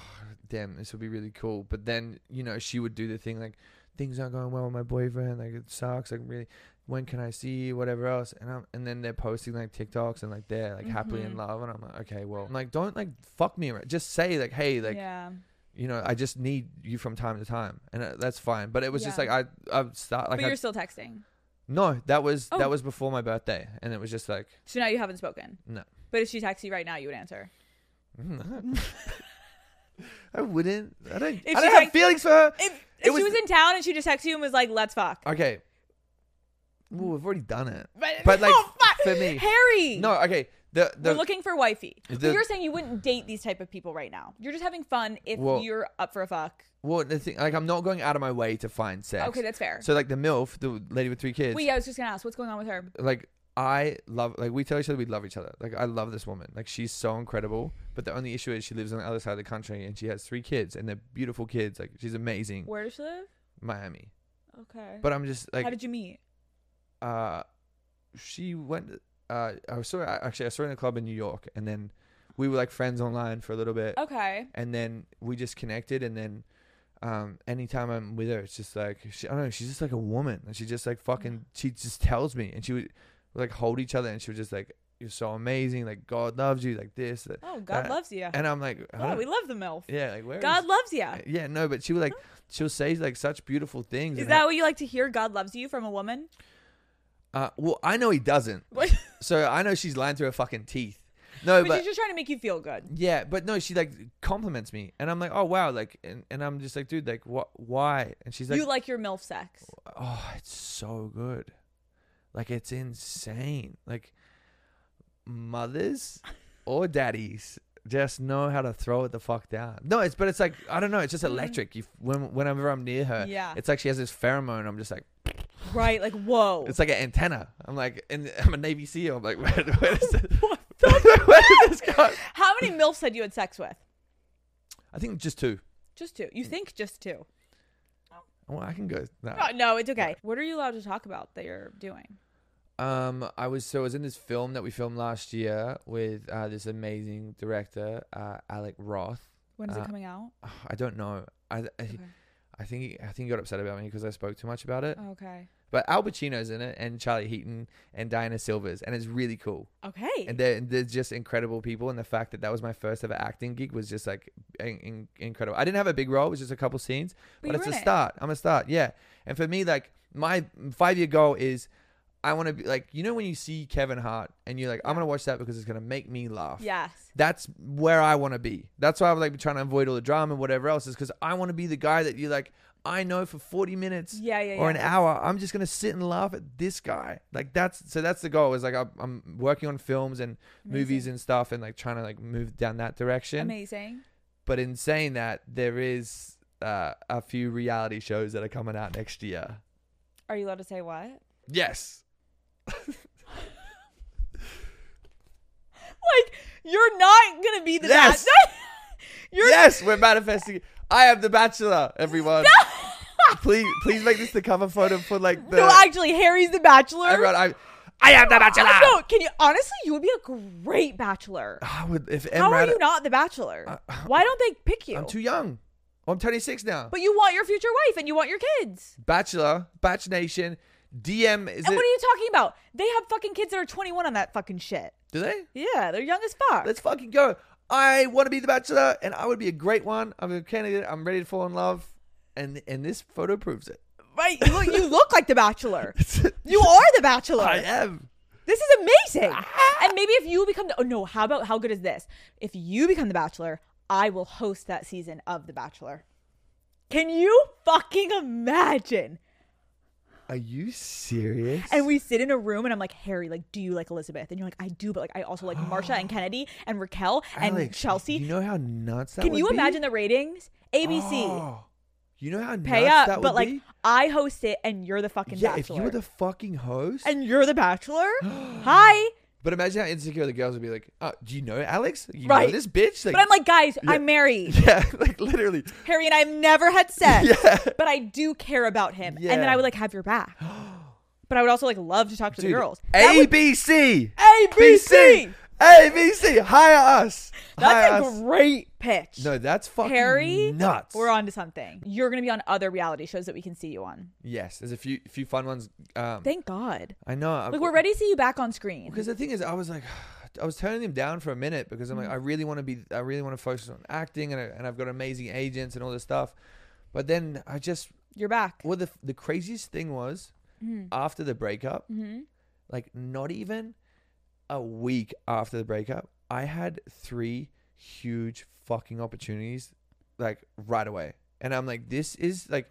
Speaker 3: damn, this would be really cool. But then you know she would do the thing like, things aren't going well with my boyfriend. Like it sucks. Like really, when can I see you? Whatever else. And I'm and then they're posting like TikToks and like they're like happily
Speaker 4: Mm-hmm.
Speaker 3: in love, and I'm like, okay, well, I'm like don't like fuck me around. Just say like, hey, like
Speaker 4: yeah.
Speaker 3: you know, I just need you from time to time, and uh, that's fine. But it was just
Speaker 4: Yeah.
Speaker 3: like I I start like
Speaker 4: but
Speaker 3: I,
Speaker 4: you're still texting.
Speaker 3: no, that was
Speaker 4: Oh.
Speaker 3: that was before my birthday, and it was just like.
Speaker 4: So now you haven't spoken.
Speaker 3: No.
Speaker 4: But if she texts you right now, you would answer.
Speaker 3: Mm, I wouldn't. I don't.
Speaker 4: If
Speaker 3: I
Speaker 4: she
Speaker 3: don't have
Speaker 4: like-
Speaker 3: feelings for her.
Speaker 4: If,
Speaker 3: It
Speaker 4: if
Speaker 3: was-
Speaker 4: she was in town and she just texted you and was like, let's fuck.
Speaker 3: Okay. Ooh, we've already done it. But, like,
Speaker 4: oh, fuck.
Speaker 3: for me-
Speaker 4: Harry.
Speaker 3: No. Okay. The the
Speaker 4: We're looking for wifey. But
Speaker 3: the-
Speaker 4: you're saying you wouldn't date these type of people right now. You're just having fun if
Speaker 3: Well-
Speaker 4: you're up for a fuck.
Speaker 3: well, the thing like I'm not going out of my way to find sex.
Speaker 4: Okay, that's fair.
Speaker 3: so like the milf, the lady with three kids.
Speaker 4: Wait, yeah, I was just gonna ask, what's going on with her?
Speaker 3: like I love like we tell each other we love each other. Like I love this woman. Like she's so incredible. But the only issue is she lives on the other side of the country and she has three kids and they're beautiful kids. Like she's amazing.
Speaker 4: Where does she live?
Speaker 3: Miami.
Speaker 4: Okay.
Speaker 3: But I'm just like
Speaker 4: How did you meet?
Speaker 3: uh, she went. Uh, I saw her, actually I saw her in a club in New York, and then we were like friends online for a little bit,
Speaker 4: Okay.
Speaker 3: and then we just connected, and then. Um, anytime I'm with her, it's just like she, I don't know. She's just like a woman, and she just like fucking. She just tells me, and she would like hold each other, and she was just like, "You're so amazing. Like God loves you. Like this." that."
Speaker 4: Oh, God
Speaker 3: Uh,
Speaker 4: loves you.
Speaker 3: And I'm like, I
Speaker 4: Oh,
Speaker 3: don't-
Speaker 4: we love the MILF.
Speaker 3: yeah, like where?
Speaker 4: God
Speaker 3: is-
Speaker 4: loves you.
Speaker 3: yeah, no, but she would like she'll say like such beautiful things.
Speaker 4: Is
Speaker 3: and ha-
Speaker 4: that what you like to hear? God loves you from a woman?
Speaker 3: uh, well, I know he doesn't.
Speaker 4: What?
Speaker 3: So I know she's lying through her fucking teeth. No,
Speaker 4: But
Speaker 3: but,
Speaker 4: she's just trying to make you feel good.
Speaker 3: yeah, but no, she like compliments me, and I'm like, oh wow, like, and, and I'm just like, dude, like, what? Why? And she's like,
Speaker 4: you like your MILF sex.
Speaker 3: oh, it's so good, like it's insane, like mothers or daddies just know how to throw it the fuck down. No, it's but it's like I don't know, it's just electric. You when whenever I'm near her,
Speaker 4: Mm. Yeah.
Speaker 3: it's like she has this pheromone. I'm just like,
Speaker 4: Right, like whoa.
Speaker 3: it's like an antenna. I'm like, and I'm a Navy SEAL. I'm like, where, where is this?
Speaker 4: What
Speaker 3: where is this going?
Speaker 4: How many MILFs had you had sex with?
Speaker 3: I think just two.
Speaker 4: Just two. You
Speaker 3: Mm.
Speaker 4: think just two.
Speaker 3: Well, I can go. No.
Speaker 4: Oh, no, it's okay. What are you allowed to talk about that you're doing?
Speaker 3: Um, I was so I was in this film that we filmed last year with uh, this amazing director, uh, Alec Roth.
Speaker 4: When is
Speaker 3: Uh,
Speaker 4: it coming out?
Speaker 3: Oh, I don't know. I I, I think he, I think he got upset about me because I spoke too much about it.
Speaker 4: Oh, Okay.
Speaker 3: But Al Pacino's in it, and Charlie Heaton, and Diana Silvers, and it's really cool.
Speaker 4: Okay.
Speaker 3: And they're they're just incredible people. And the fact that that was my first ever acting gig was just like in, in- incredible. I didn't have a big role; it was just a couple scenes,
Speaker 4: But
Speaker 3: but,
Speaker 4: you
Speaker 3: it's
Speaker 4: were
Speaker 3: a
Speaker 4: in it.
Speaker 3: start. I'm a start, yeah. And for me, like my five year goal is, I want to be like you know when you see Kevin Hart and you're like I'm gonna watch that because it's gonna make me laugh.
Speaker 4: yes.
Speaker 3: That's where I want to be. That's why I was like trying to avoid all the drama and whatever else is because I want to be the guy that you like. I know for 40 minutes
Speaker 4: Yeah, yeah,
Speaker 3: or an
Speaker 4: yeah.
Speaker 3: hour, I'm just gonna sit and laugh at this guy. Like that's so that's the goal. Is like I'm, I'm working on films and movies and stuff and like trying to like move down that direction.
Speaker 4: Amazing.
Speaker 3: But in saying that, there is uh, a few reality shows that are coming out next year.
Speaker 4: Are you allowed to say what?
Speaker 3: Yes.
Speaker 4: need that.
Speaker 3: Yes.
Speaker 4: You're
Speaker 3: yes, we're manifesting. I am the bachelor, everyone. please, please make this the cover photo for like the.
Speaker 4: no, actually, Harry's the bachelor.
Speaker 3: everyone, I, I am the bachelor.
Speaker 4: No, can you honestly? You would be a great bachelor.
Speaker 3: I would, if
Speaker 4: How are
Speaker 3: Emrata-
Speaker 4: you not the bachelor? Why don't they pick you?
Speaker 3: I'm too young. I'm 26 now.
Speaker 4: but you want your future wife and you want your kids.
Speaker 3: bachelor, Batch Nation, DM. Is
Speaker 4: And
Speaker 3: it?
Speaker 4: what are you talking about? They have fucking kids that are 21 on that fucking shit.
Speaker 3: do they?
Speaker 4: Yeah, they're young as fuck.
Speaker 3: Let's fucking go. I want to be the bachelor, and I would be a great one. I'm a candidate. I'm ready to fall in love, and and this photo proves it.
Speaker 4: right? You look, you look like the bachelor. You are the bachelor.
Speaker 3: I am.
Speaker 4: This is amazing. and maybe if you become the oh no, how about how good is this? If you become the Bachelor, I will host that season of The Bachelor. Can you fucking imagine?
Speaker 3: Are you serious?
Speaker 4: And we sit in a room and I'm like, Harry, like, do you like Elizabeth? And you're like, I do, but like I also like Marsha and Kennedy and Raquel and
Speaker 3: Alex,
Speaker 4: Chelsea.
Speaker 3: You know how nuts that
Speaker 4: Can
Speaker 3: would
Speaker 4: you
Speaker 3: be?
Speaker 4: imagine the ratings? ABC.
Speaker 3: Oh, you know how
Speaker 4: Pay
Speaker 3: nuts
Speaker 4: up,
Speaker 3: that would
Speaker 4: but like
Speaker 3: be?
Speaker 4: I host it and you're the fucking
Speaker 3: yeah, if
Speaker 4: bachelor.
Speaker 3: you were the fucking host.
Speaker 4: and you're the bachelor? Hi.
Speaker 3: but imagine how insecure the girls would be. Like, oh, do you know Alex? You
Speaker 4: Right.
Speaker 3: know this bitch? Like,
Speaker 4: But I'm like, guys, I'm married.
Speaker 3: yeah, like literally.
Speaker 4: Harry and I have never had sex,
Speaker 3: Yeah.
Speaker 4: but I do care about him. And then
Speaker 3: Yeah.
Speaker 4: I would like have your back. But I would also like love to talk to the girls. That would-
Speaker 3: ABC.
Speaker 4: ABC.
Speaker 3: BC. ABC. Hire us. Hire
Speaker 4: that's a
Speaker 3: us.
Speaker 4: great pitch.
Speaker 3: No, that's fucking
Speaker 4: Harry,
Speaker 3: nuts.
Speaker 4: We're on to something. You're going to be on other reality shows that we can see you on.
Speaker 3: Yes, there's a few few fun ones. Um,
Speaker 4: Thank God.
Speaker 3: I know. I'm-
Speaker 4: Like we're ready to see you back on screen.
Speaker 3: Because the thing is, I was like, I was turning them down for a minute because
Speaker 4: Mm.
Speaker 3: I'm like, I really want to be, I really want to focus on acting, and, I, and I've got amazing agents and all this stuff. But then I just,
Speaker 4: You're back.
Speaker 3: well, the the craziest thing was
Speaker 4: Hmm.
Speaker 3: after the
Speaker 4: Mm.
Speaker 3: breakup,
Speaker 4: Mm-hmm.
Speaker 3: like not even a week after the breakup, I had three huge fucking opportunities, like right away, and I'm like, this is like.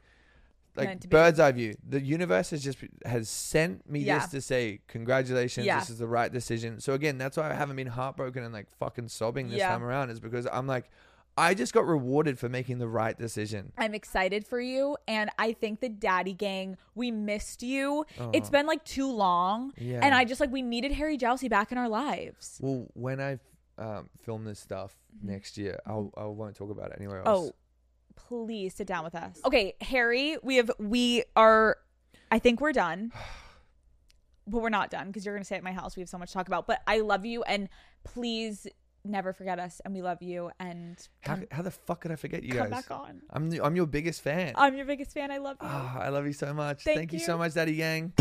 Speaker 4: Meant to
Speaker 3: Like
Speaker 4: be.
Speaker 3: bird's eye view, the universe has just has sent me
Speaker 4: Yeah.
Speaker 3: this to say congratulations,
Speaker 4: Yeah.
Speaker 3: this is the right decision. So again, that's why I haven't been heartbroken and like fucking sobbing this
Speaker 4: Yeah.
Speaker 3: time around is because I'm like, I just got rewarded for making the right decision.
Speaker 4: I'm excited for you. And I think the daddy gang, we missed you. It's been like too long.
Speaker 3: Uh-huh. Oh, Yeah.
Speaker 4: And I just like, we needed Harry Jowsey back in our lives.
Speaker 3: Well, when I um, film this stuff next year, I'll, I won't talk about it anywhere else.
Speaker 4: Mm-hmm. Oh, please sit down with us. Okay, Harry, we have we are I think we're done. But we're not done because you're gonna stay at my house. We have so much to talk about. But I love you and please never forget us and we love you and
Speaker 3: how, how the fuck could I forget you
Speaker 4: come
Speaker 3: guys? Uh,
Speaker 4: back on.
Speaker 3: I'm the, I'm your biggest fan.
Speaker 4: I'm your biggest fan. I love you.
Speaker 3: Ah, I love you so much.
Speaker 4: Thank
Speaker 3: Thank, you.
Speaker 4: you.
Speaker 3: so much, Daddy Gang.